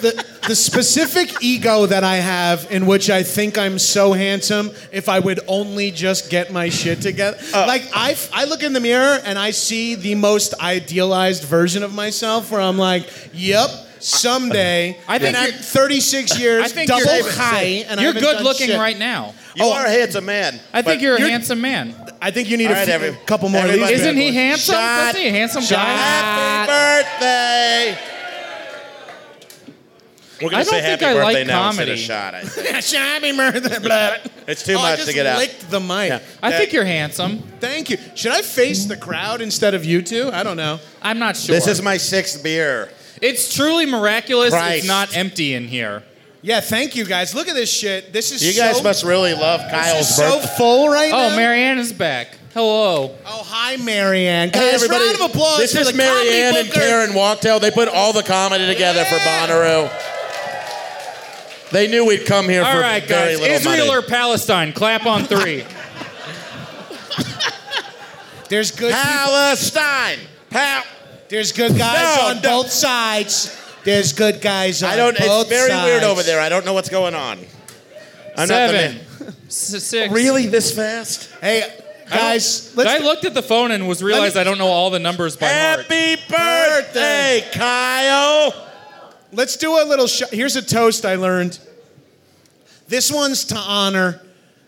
the, the specific ego that I have in which I think I'm so handsome if I would only just get my shit together.
Uh,
Like, I, f- I look in the mirror and I see the most idealized version of myself where I'm like, yep, someday.
I think
and I'm
you're-
36 years,
I think
double
you're-
high, and I
You're
haven't
good
done
looking
shit.
right now.
you
oh,
are a handsome man.
I think
but-
you're a
you're-
handsome man.
I think you need
All
a
right,
few-
every-
couple more of these.
everybody-
Isn't
bad
he
boys.
handsome?
Shot.
Isn't he a handsome guy?
Happy birthday. We're gonna
I don't
say
think
happy
I
birthday
like
now instead of
comedy.
shot. I think.
Shabby murder. Blah.
It's too
Oh, I
much
just
to get out.
licked the mic.
I think you're handsome.
Thank you. Should I face the crowd instead of you two? I don't know.
I'm not sure.
This is my sixth beer.
it's truly miraculous
Christ.
it's not empty in here.
Yeah, thank you guys. Look at this shit. This is
You guys
so,
must really love Kyle's
so
birthday.
full right now.
Oh, Marianne is back. Hello.
Oh, hi, Marianne. Guys, round of applause.
This
for
is
the comedy
Marianne and
booker.
Karen Wachtel. They put all the comedy together for
Yeah.
Bonnaroo. They knew we'd come here
All
for
right,
very
guys.
little
Israel or
money.
Palestine? Clap on three.
There's good.
Palestine. Pal.
There's good guys
No,
on
no.
both sides. There's good guys on
I don't.
both
It's very
sides.
weird over there. I don't know what's going on. I'm
Seven.
Not
S- Six.
the man. Really, this fast?
Hey, guys,
I
let's.
looked at the phone and was realized I don't know all the numbers by heart.
Happy birthday, Kyle.
Let's do a little. Sh- Here's a toast I learned. This one's to honor.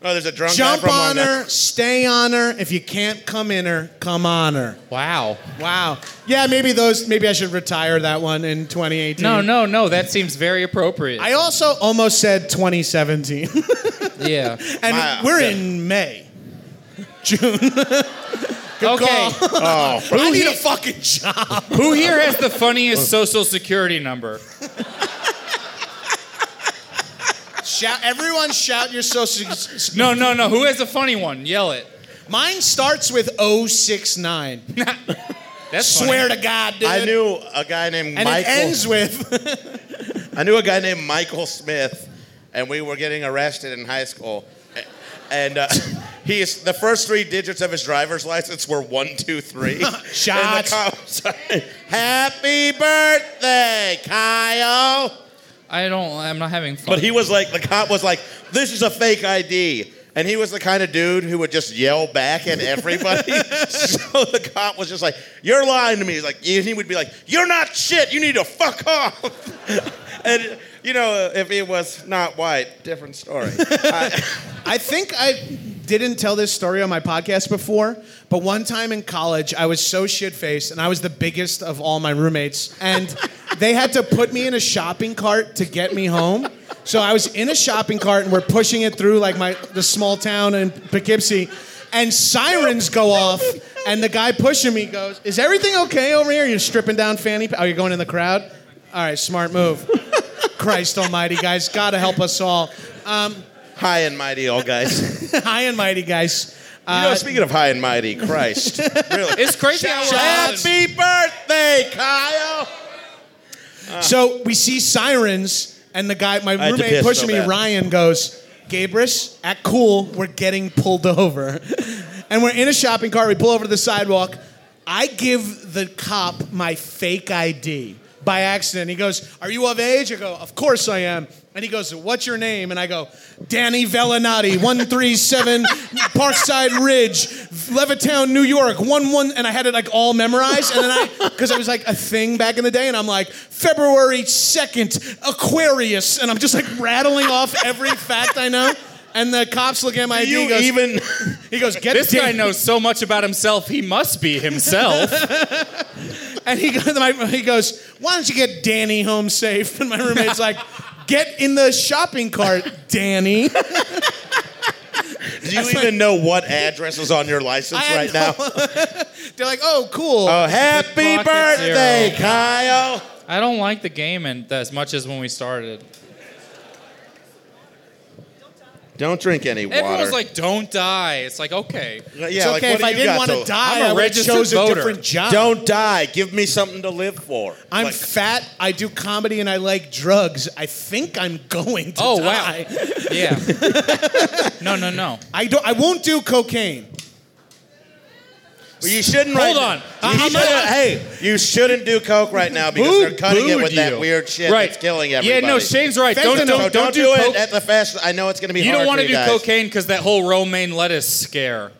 Oh, there's a drunk
Jump
guy from
on
uh,
her, stay on her. If you can't come in her, come on her.
Wow.
Wow. Yeah, maybe those. Maybe I should retire that one in 2018.
No, no, no. That seems very appropriate.
I also almost said 2017,
yeah.
and
Wow.
we're
Yeah.
in May, June. Good
Okay.
call.
Oh,
I need a fucking job.
Who here has the funniest social security number?
Shout! Everyone, shout your social.
No, no, no. Who has a funny one? Yell it.
Mine starts with 069.
That's
Swear
funny.
to God, dude.
I knew a guy named
And
Michael.
it ends with
I knew a guy named Michael Smith, and we were getting arrested in high school. And uh, he's the first three digits of his driver's license were one, two, three. And the
Shots.
cops- Happy birthday, Kyle.
I don't. I'm not having fun.
But he was like, the cop was like, this is a fake ID. And he was the kind of dude who would just yell back at everybody. so the cop was just like, you're lying to me. He's like, and he would be like, you're not shit. You need to fuck off. and, you know, if he was not white, different story. I-
I think I didn't tell this story on my podcast before, but one time in college, I was so shit faced and I was the biggest of all my roommates. And they had to put me in a shopping cart to get me home. So I was in a shopping cart and we're pushing it through like my the small town in Poughkeepsie. And sirens go off, and the guy pushing me goes, Is everything okay over here? You're stripping down fanny pa- Oh, you're going in the crowd? All right, smart move. Christ almighty, guys, gotta help us all.
high and mighty, all guys.
High and mighty, guys. Uh,
you know, speaking of high and mighty, Christ. Really.
it's crazy how we're all in-
Happy birthday, Kyle.
So we see sirens, and the guy, my
had to
roommate
piss
pushing
so
me,
bad.
Ryan, goes, Gabrus, act cool, we're getting pulled over. and we're in a shopping cart, we pull over to the sidewalk. I give the cop my fake ID by accident. He goes, Are you of age? I go, Of course I am. And he goes, What's your name? And I go, Danny Velinati, 137 Parkside Ridge, Levittown, New York, 1 1. And I had it like all memorized. And then I, because it was like a thing back in the day, and I'm like, February 2nd, Aquarius. And I'm just like rattling off every fact I know. And the cops look at my ID.
You
he goes,
even.
he goes, Get
This guy
Dan-
knows so much about himself. He must be himself.
And he goes, my, he goes, why don't you get Danny home safe? And my roommate's like, get in the shopping cart, Danny.
Do you even know what address is on your license
I had
right
no-
now?
They're like, oh, cool.
Oh, happy
Pocket
birthday, Kyle!
I don't like the game and as much as when we started.
Don't drink any water.
Everyone's like, "Don't die." It's like, okay.
yeah,
it's
like,
okay
what
if
do
I
you
didn't
got
want to die,
I'm a
I would have
registered
chose a
voter.
different job.
Don't die. Give me something to live for.
I'm
Like,
fat. I do comedy and I like drugs. I think I'm going to
Oh, wow.
die.
Yeah. no, no, no.
I don't. I won't do cocaine.
well, you shouldn't.
Hold
right-
on.
You
I- I'm
shouldn't-
not-
hey, you shouldn't do coke right now because
Who
they're cutting it
booed
with that
you?
weird shit
right.
that's killing everybody.
Yeah, no, Shane's right.
So
Don't, don't, don't, do coke.
it at the fast. I know it's going to be.
you
hard
don't
want to
do cocaine because that whole romaine lettuce scare.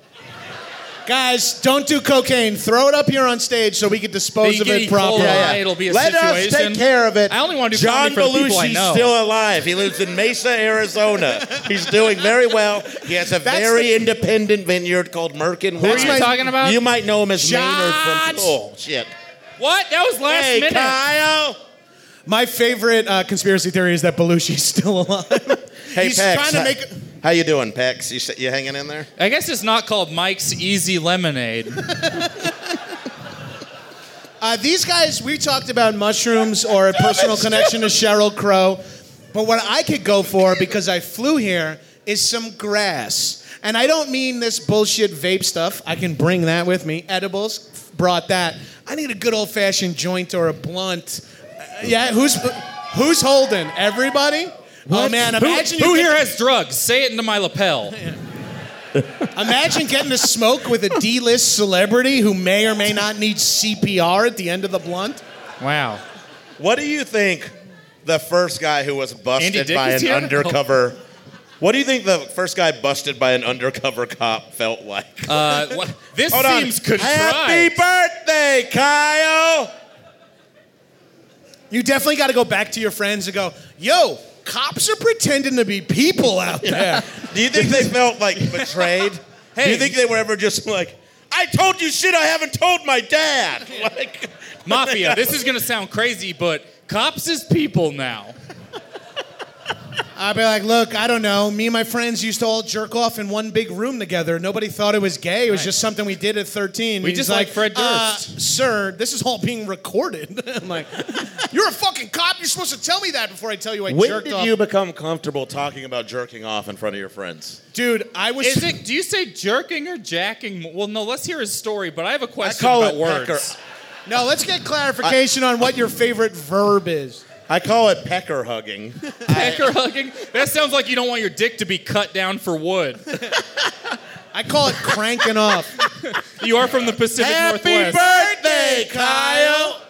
Guys, don't do cocaine. Throw it up here on stage so we can dispose
You
of
get E.
it properly.
coli.
Yeah, yeah.
It'll be a
Let us
situation.
take care of it.
I only wanna do
John
comedy for the people I
Belushi's
know.
still alive. He lives in Mesa, Arizona. He's doing very well. He has a
That's
very
the-
independent vineyard called Merkin.
Who are
Wine.
you talking about?
You might know him as Maynard
Shots!
from Oh Shit.
What? That was last
hey,
minute.
Kyle.
My favorite uh, conspiracy theory is that Belushi's still alive.
Hey,
He's
Pex.
trying to
how,
make.
how you doing, Pex? You, s- you hanging in there?
I guess it's not called Mike's Easy Lemonade.
Uh, these guys, we talked about mushrooms or a personal connection to Cheryl Crow, but what I could go for because I flew here is some grass. And I don't mean this bullshit vape stuff. I can bring that with me. Edibles, f- brought that. I need a good old fashioned joint or a blunt. Uh, yeah, who's who's holding? Everybody? Oh man,
who,
imagine
who
you
here has drugs? Say it into my lapel.
Imagine getting to smoke with a D-list celebrity who may or may not need CPR at the end of the blunt.
Wow.
What do you think the first guy who was busted
Dick
by
is
an
here?
undercover? What do you think the first guy busted by an undercover cop felt like?
Uh, wha- this
Hold on.
seems
Happy
contrived.
birthday, Kyle.
You definitely got to go back to your friends and go, yo, cops are pretending to be people out there.
Do you think they felt like betrayed? Do
Hey.
you think they were ever just like, I told you shit I haven't told my dad? Like,
Mafia, this is going to sound crazy, but cops is people now.
I'd be like, look, I don't know. Me and my friends used to all jerk off in one big room together. Nobody thought it was gay. It was just something we did at 13.
We
He's
just like Fred
"Uh,
Durst."
sir, this is all being recorded. I'm like, you're a fucking cop. You're supposed to tell me that before I tell you I
When
jerked
did
off.
you become comfortable talking about jerking off in front of your friends?
Dude, I was.
Is it? Do you say jerking or jacking? mo- Well, no. Let's hear his story. But I have a
I
question
call
about
it
words.
pecker.
No, let's get clarification on what your favorite verb is.
I call it pecker hugging.
Pecker hugging. That sounds like you don't want your dick to be cut down for wood.
I call it cranking off.
You are from the Pacific
Happy
Northwest.
birthday, Kyle!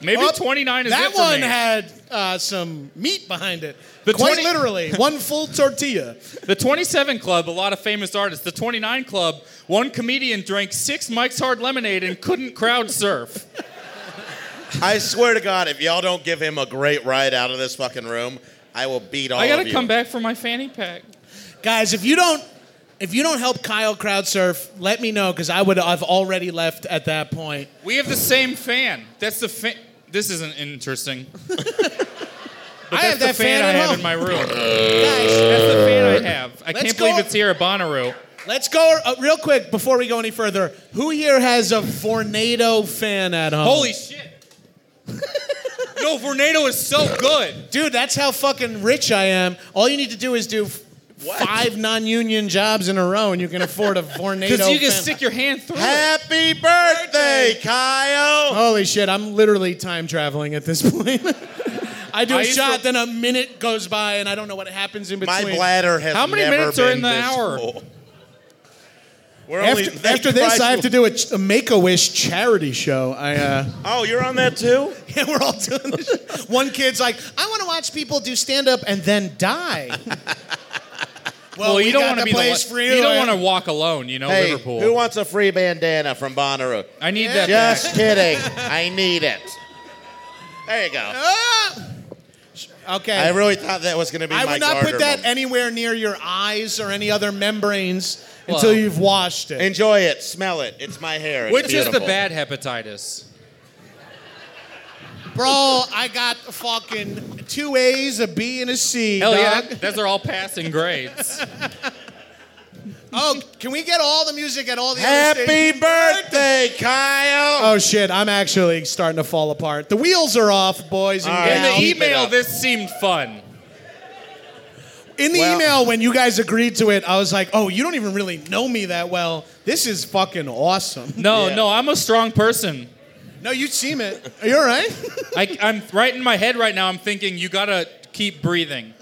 Maybe
Up.
29 is
that
it for
one
me.
had uh, some meat behind it.
The
Quite
20
literally, one full tortilla.
the 27 Club, a lot of famous artists. The 29 Club, one comedian drank six Mike's Hard Lemonade and couldn't crowd surf.
I swear to God, if y'all don't give him a great ride out of this fucking room, I will beat all
I
of
gotta
you.
come back for my fanny pack.
Guys, if you don't if you don't help Kyle crowd surf, let me know because I would I've already left at that point.
We have the same fan. That's the fan. This isn't interesting.
I
But that's
have
the
that
fan,
fan
I
at
have
home.
in my room.
Guys,
That's the fan I have. I
Let's
can't believe
go-
it's here at Bonnaroo.
let's go uh, real quick before we go any further. Who here has a Fornado fan at home?
Holy shit. Yo, Vornado is so good.
dude, that's how fucking rich I am. All you need to do is do f- five non-union jobs in a row, and you can afford a Fornado.
Because you can
fan.
stick your hand through it. Oh,
Happy birthday, Kyle!
Holy shit, I'm literally time traveling at this point. I do a
I used
shot,
to-
then a minute goes by, and I don't know what happens in
My
between.
bladder has
How many
never
minutes are
been
in the
this
hour?
full. We're
After,
only,
after this, I have to do a, ch- a Make a Wish charity show. I uh,
Oh, you're on that too?
yeah, we're all doing this. shit. One kid's like, I want to watch people do stand up and then die.
Well, you
we
don't
got
want to be
place
the,
for
you. don't want to walk alone, you know,
hey,
Liverpool.
who wants a free bandana from Bonnaroo?
I need that
Just
back.
kidding. I need it. There you go.
Ah! Okay.
I really thought that was going to be
I
my
would not put
garter
that
moment.
anywhere near your eyes or any other membranes
Well-
until you've washed it.
Enjoy it. Smell it. It's my hair. It's
Which is the
beautiful.
bad hepatitis?
Bro, I got fucking two A's, a B, and a C.
Hell yeah,
dog.
those are all passing grades.
Oh, can we get all the music at all the other stations?
Happy birthday, Kyle!
Oh shit, I'm actually starting to fall apart. The wheels are off, boys and
All
In
right.
gals.
the
Keep it
email,
up.
this seemed fun.
In the
Well-
email when you guys agreed to it, I was like, "Oh, you don't even really know me that well. This is fucking awesome."
No,
Yeah.
no, I'm a strong person.
No, you seem it. Are you all right?
I, I'm right in my head right now. I'm thinking you gotta keep breathing.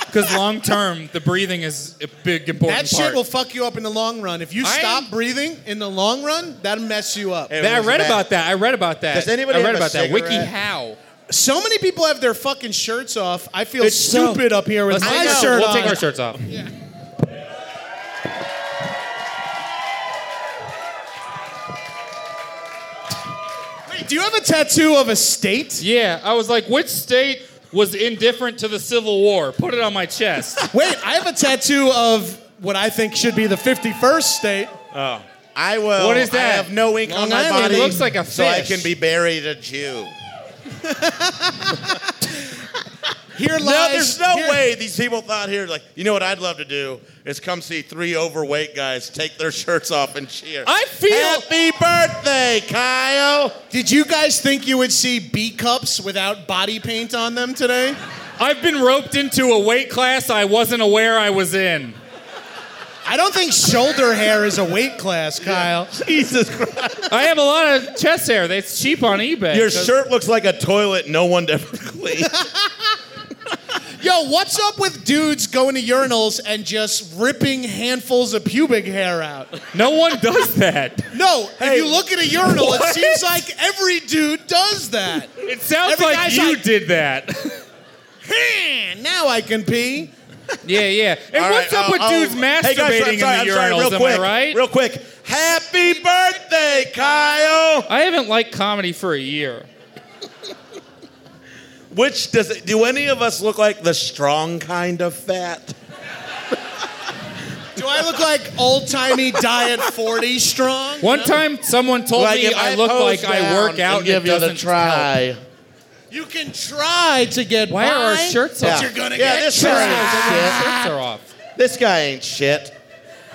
Because long term, the breathing is a big important
that
part.
shit will fuck you up in the long run. If you
I
stop
am-
breathing in the long run, that'll mess you up.
Hey,
That- I
Who's
read
that?
about that. I read about that.
Does anybody
I read
have a
about that. Wiki
cigarette?
How.
So many people have their fucking shirts off. I feel
It's so-
stupid up here with
Let's
my
take our-
shirt
We'll
on.
take our shirts off.
Wait, do you have a tattoo of a state?
Yeah, I was like, which state was indifferent to the Civil War? Put it on my chest.
Wait, I have a tattoo of what I think should be the 51st state.
I will.
Oh. What is that?
I have no ink
Long
on my
Island.
body.
It
looks like a
So I
fish.
can be buried a Jew.
Here lies.
No, there's no
here-
way these people thought here, like, you know what I'd love to do is come see three overweight guys take their shirts off and cheer.
I feel-
Happy birthday, Kyle!
Did you guys think you would see B cups without body paint on them today?
I've been roped into a weight class I wasn't aware I was in.
I don't think shoulder hair is a weight class, Kyle.
Jesus Christ.
I have a lot of chest hair. That's cheap on eBay.
Your
So-
shirt looks like a toilet no one ever cleaned.
Yo, what's up with dudes going to urinals and just ripping handfuls of pubic hair out?
No one does that.
No, if you look at a urinal,
What?
it seems like every dude does that.
It sounds
Every
like
guy's
you
like-
did that.
Eh, now I can pee.
yeah, yeah. And
All
what's
right,
up with
I'll- I'll-
dudes
Hey, guys, I'm
masturbating
sorry,
in the
I'm sorry,
urinals?
real
am
quick,
I right?
Real quick. Happy birthday, Kyle!
I haven't liked comedy for a year.
Which does it, do any of us look like the strong kind of fat?
Do I look like old timey diet 40 strong?
One time, someone told
Like
me
if
I
I
look
pose
like I
down
work out
and give
it
you the
doesn't help.
try.
You can try to get
Why
by.
are our shirts
but
off?
you're gonna
Yeah,
get
this
tried.
shirt's
Shirts are off.
This guy ain't shit.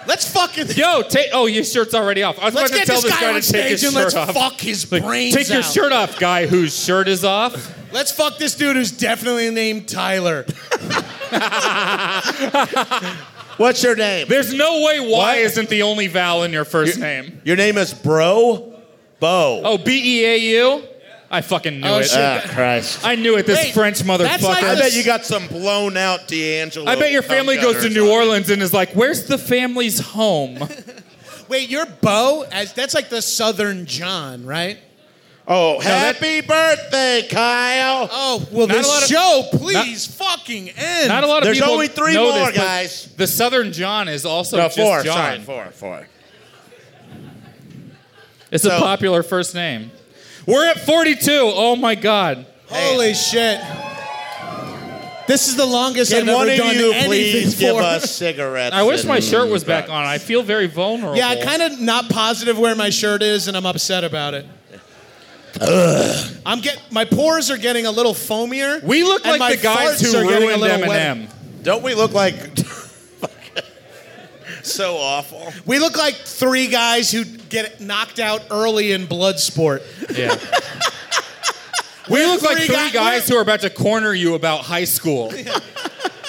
Let's fucking.
Yo, take. Oh, your shirt's already off. I was
Let's
about to
get
tell
this
this
guy,
guy,
on
to take
stage
his
and
shirt
let's
off.
fuck his
Like,
brains
take your
out.
shirt off, guy whose shirt is off.
Let's fuck this dude who's definitely named Tyler.
What's your name?
There's no way Y
What?
is isn't the only vowel in your first
Your-
name.
Your name is Bro Bo.
Oh, B E A U? I fucking knew
Oh,
it.
shit.
Ah, Christ.
I knew it, this
Wait,
French
that's like
motherfucker.
I
the-
bet you got some blown out D'Angelo.
I bet your family
cum
goes to
gutters
New
on
Orleans and is like, where's the family's home?
Wait, you're Bo? As that's like the Southern John, right?
Oh, happy birthday, Kyle.
Oh well,
Not
this
a lot of-
show please fucking end.
Not a lot of
There's
people
only three
know
more,
this, but
guys.
The Southern John is also
no,
just
four.
John.
Sorry, four, four.
It's a
So-
popular first name. We're at 42. Oh my God.
Holy shit! This is the longest
Can
I've
one
ever
of
done
you
anything
please
for.
give us cigarettes?
I wish my
and
shirt was back
drugs?
on. I feel very vulnerable.
Yeah, I kind of not positive where my shirt is, and I'm upset about it. I'm get my pores are getting a little foamier.
We look
and my
like the guys
farts
who
are getting a
ruined
little wet.
Eminem.
Don't we look like so awful?
We look like three guys who get knocked out early in Bloodsport.
Yeah. We look like
three
three
guy-
guys
we're-
who are about to corner you about high school.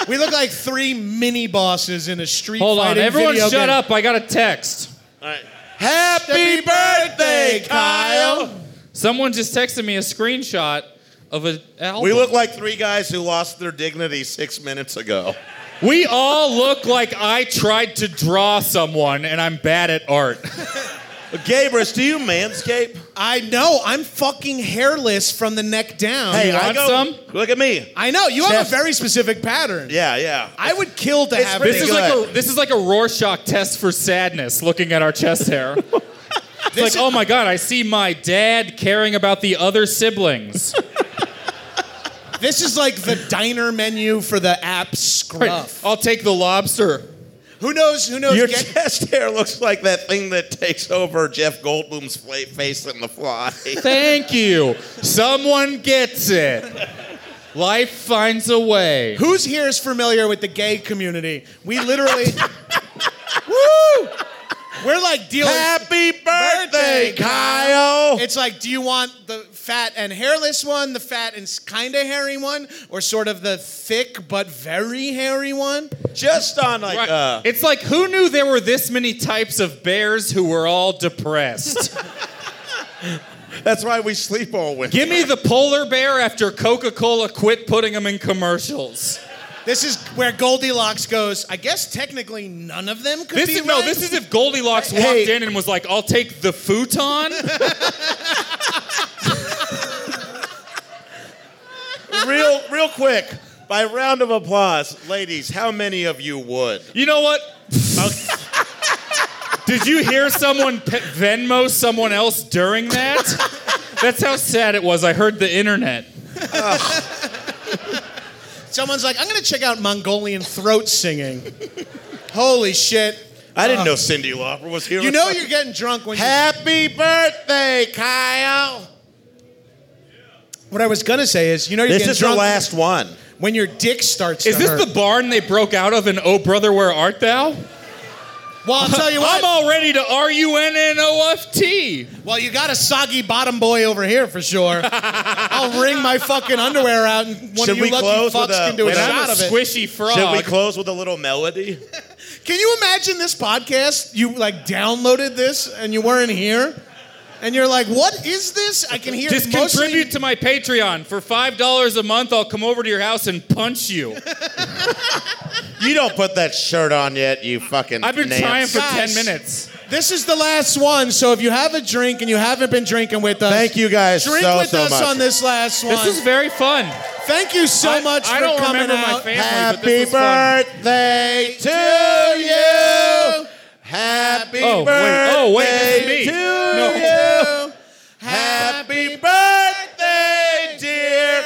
We look like three mini bosses in a street.
Hold on,
fighting
everyone,
video
shut
game.
up! I got a text.
All right. Happy birthday, Kyle.
Someone just texted me a screenshot of a album.
We look like three guys who lost their dignity six minutes ago.
We all look like I tried to draw someone, and I'm bad at art.
Gabrus, do you manscape?
I know. I'm fucking hairless from the neck down.
you want some?
Look at me.
I know. You have
Chef.
a very specific pattern.
Yeah, yeah.
I would kill to
It's
have
This is
Pretty
like
good.
a this is like a Rorschach test for sadness. Looking at our chest hair, it's like,
is-
oh my god, I see my dad caring about the other siblings.
This is like the diner menu for the app Scruff.
I'll take the lobster.
Who knows? Who knows?
Your
Get-
chest hair looks like that thing that takes over Jeff Goldblum's fla- face in The Fly.
Thank you. Someone gets it. Life finds a way.
who's here is familiar with the gay community? We literally,
Woo!
we're like dealing.
Happy birthday, Kyle!
It's like, do you want the fat and hairless one, the fat and kind of hairy one, or sort of the thick but very hairy one?
Just on like
Right.
uh,
it's like who knew there were this many types of bears who were all depressed?
that's why we sleep all winter.
Give me the polar bear after Coca-Cola quit putting them in commercials.
This is where Goldilocks goes. I guess technically none of them could
This
be
is no,
right.
this is if Goldilocks walked
Hey.
in and was like, "I'll take the futon."
real, real quick. By round of applause, ladies, how many of you would?
you know what? Did you hear someone pe- Venmo someone else during that? That's how sad it was. I heard the internet.
Someone's like, I'm gonna check out Mongolian throat singing. Holy shit!
I
Uh,
didn't know Cindy Lauper was here.
You
with
know
us.
you're getting drunk when you
Happy birthday, Kyle!
What I was gonna say is, you know, you're
This
getting
is
drunk
your last one.
when your dick starts.
Is
to
this
hurt.
the barn they broke out of in Oh Brother Where Art Thou?
Well, I'll tell you
I'm
what.
all ready to R U N N O F T.
well, you got a soggy bottom boy over here for sure. I'll wring my fucking underwear out, and one
Should
of you
we
lucky
close
fucks
with a-
can do a
with a-
shot
I'm a
of it.
squishy frog.
Should we close with a little melody?
Can you imagine this podcast? You like downloaded this, and you weren't here, and you're like, "What is this?" I can hear
Just
mostly-
contribute to my Patreon. For $5 a month, I'll come over to your house and punch you.
You don't put that shirt on yet, you fucking.
I've been trying for
Nance.
Guys.
10 minutes.
This is the last one, so if you have a drink and you haven't been drinking with us,
Thank you guys
Drink
so,
with
so
us
much.
on this last one.
This is very fun.
Thank you so
I-
much
I
for
don't
coming
remember my
out.
family, but
Happy
this was fun.
birthday to you. Happy
Oh, wait.
birthday
Oh, wait, this is me.
to
No.
you. Happy birthday, dear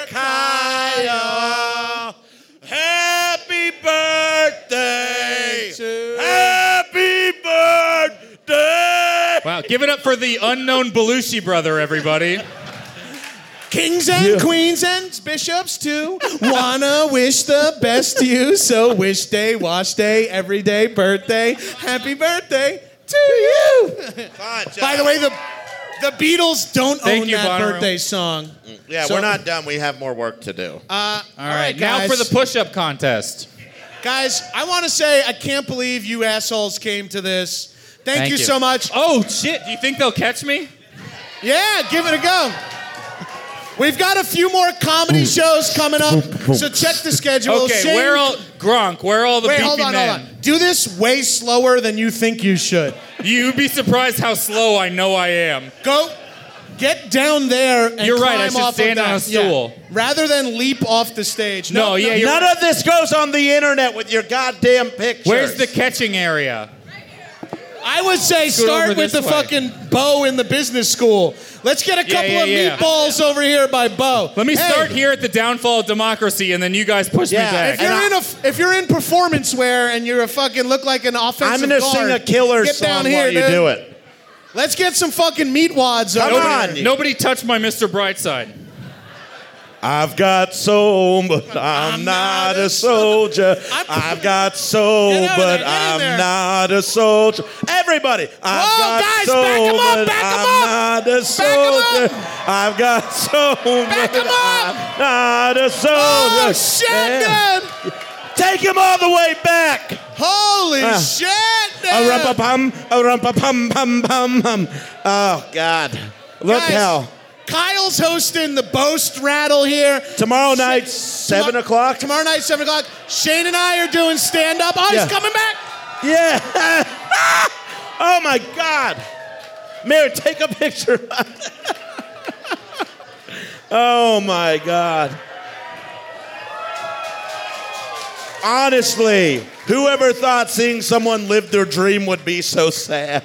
Kyle. Happy birthday. Happy birthday.
Wow, give it up for the unknown Belushi brother, everybody.
Kings and queens and bishops too. Wanna wish the best to you. So wish day, wash day, every day, birthday, happy birthday to you. By the way, the the Beatles don't
Thank
own
you,
that
Bonnaroo.
birthday song.
yeah,
So- Uh,
we're not done. We have more work to do.
All right,
right,
now
guys.
for the push-up contest.
Guys, I want to say I can't believe you assholes came to this. Thank,
Thank
you,
you.
so much.
Oh shit! Do you think they'll catch me?
Yeah, give it a go. We've got a few more comedy shows coming up, so check the schedule.
okay,
Shane-
where all Gronk? Where are all the
Wait,
beefy
hold on,
men?
hold on. Do this way slower than you think you should.
You'd be surprised how slow I know I am.
Go, get down there. And
You're right, I
climb
should
off of
stand on
that.
a stool.
Yeah. rather than leap off the stage.
No, yeah, you're-
None of this goes on the internet with your goddamn pictures.
Where's the catching area?
I would say
Scoot
start
over
with the
this way.
fucking Bo in the business school. Let's get a
Yeah,
couple
yeah,
of
yeah.
meatballs over here by Bo.
Let me
Hey,
start here at the downfall of democracy, and then you guys push
Yeah,
me back.
If you're
And I-
in a f- if you're in performance wear and you're a fucking look like an offensive
I'm gonna
guard,
sing a killer
get
song
down here,
while you
dude.
do it.
Let's get some fucking meat wads.
Come
over
on.
here.
Nobody touched my Mr. Brightside.
I've got soul, but I'm, not a soldier.
I'm-
I've got soul,
Get over there,
but
get in
I'm
there.
not a soldier. Everybody, I've
Whoa,
got
guys,
soul,
back 'em up,
but
back 'em
I'm
up.
not a
Back 'em up.
soldier. I've got soul,
Back
but
'em up.
I'm not a soldier.
Oh shit,
Yeah.
dude!
Take him all the way back.
Holy
Ah.
shit!
A
dude.
rumpa pum, a rumpa pum pum pum pum. Oh God! Look
Guys,
how
Kyle's hosting the boast rattle here.
tomorrow night
Tomor-
seven o'clock.
Tomorrow night, seven o'clock. Shane and I are doing stand up. Oh,
Yeah.
he's coming back.
Yeah. Ah! oh my God. Mary, take a picture. oh my God. Honestly, whoever thought seeing someone live their dream would be so sad?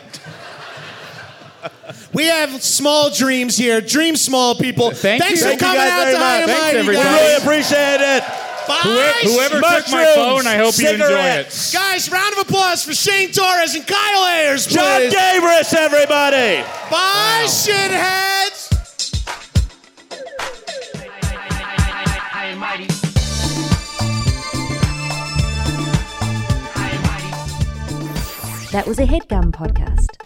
We have small dreams here. Dream small, people.
Thank
Thanks
you.
for
Thank
coming out to High and
Thanks,
Mighty,
everybody.
guys.
Really appreciate it.
Bye.
Whoever took my
Mushrooms,
phone, I hope you enjoy it.
cigarettes.
Guys, round of applause for Shane Torres and Kyle Ayers,
John
please.
Davis, everybody.
Bye, shitheads.
High and mighty. High and mighty.
That was a headgum podcast.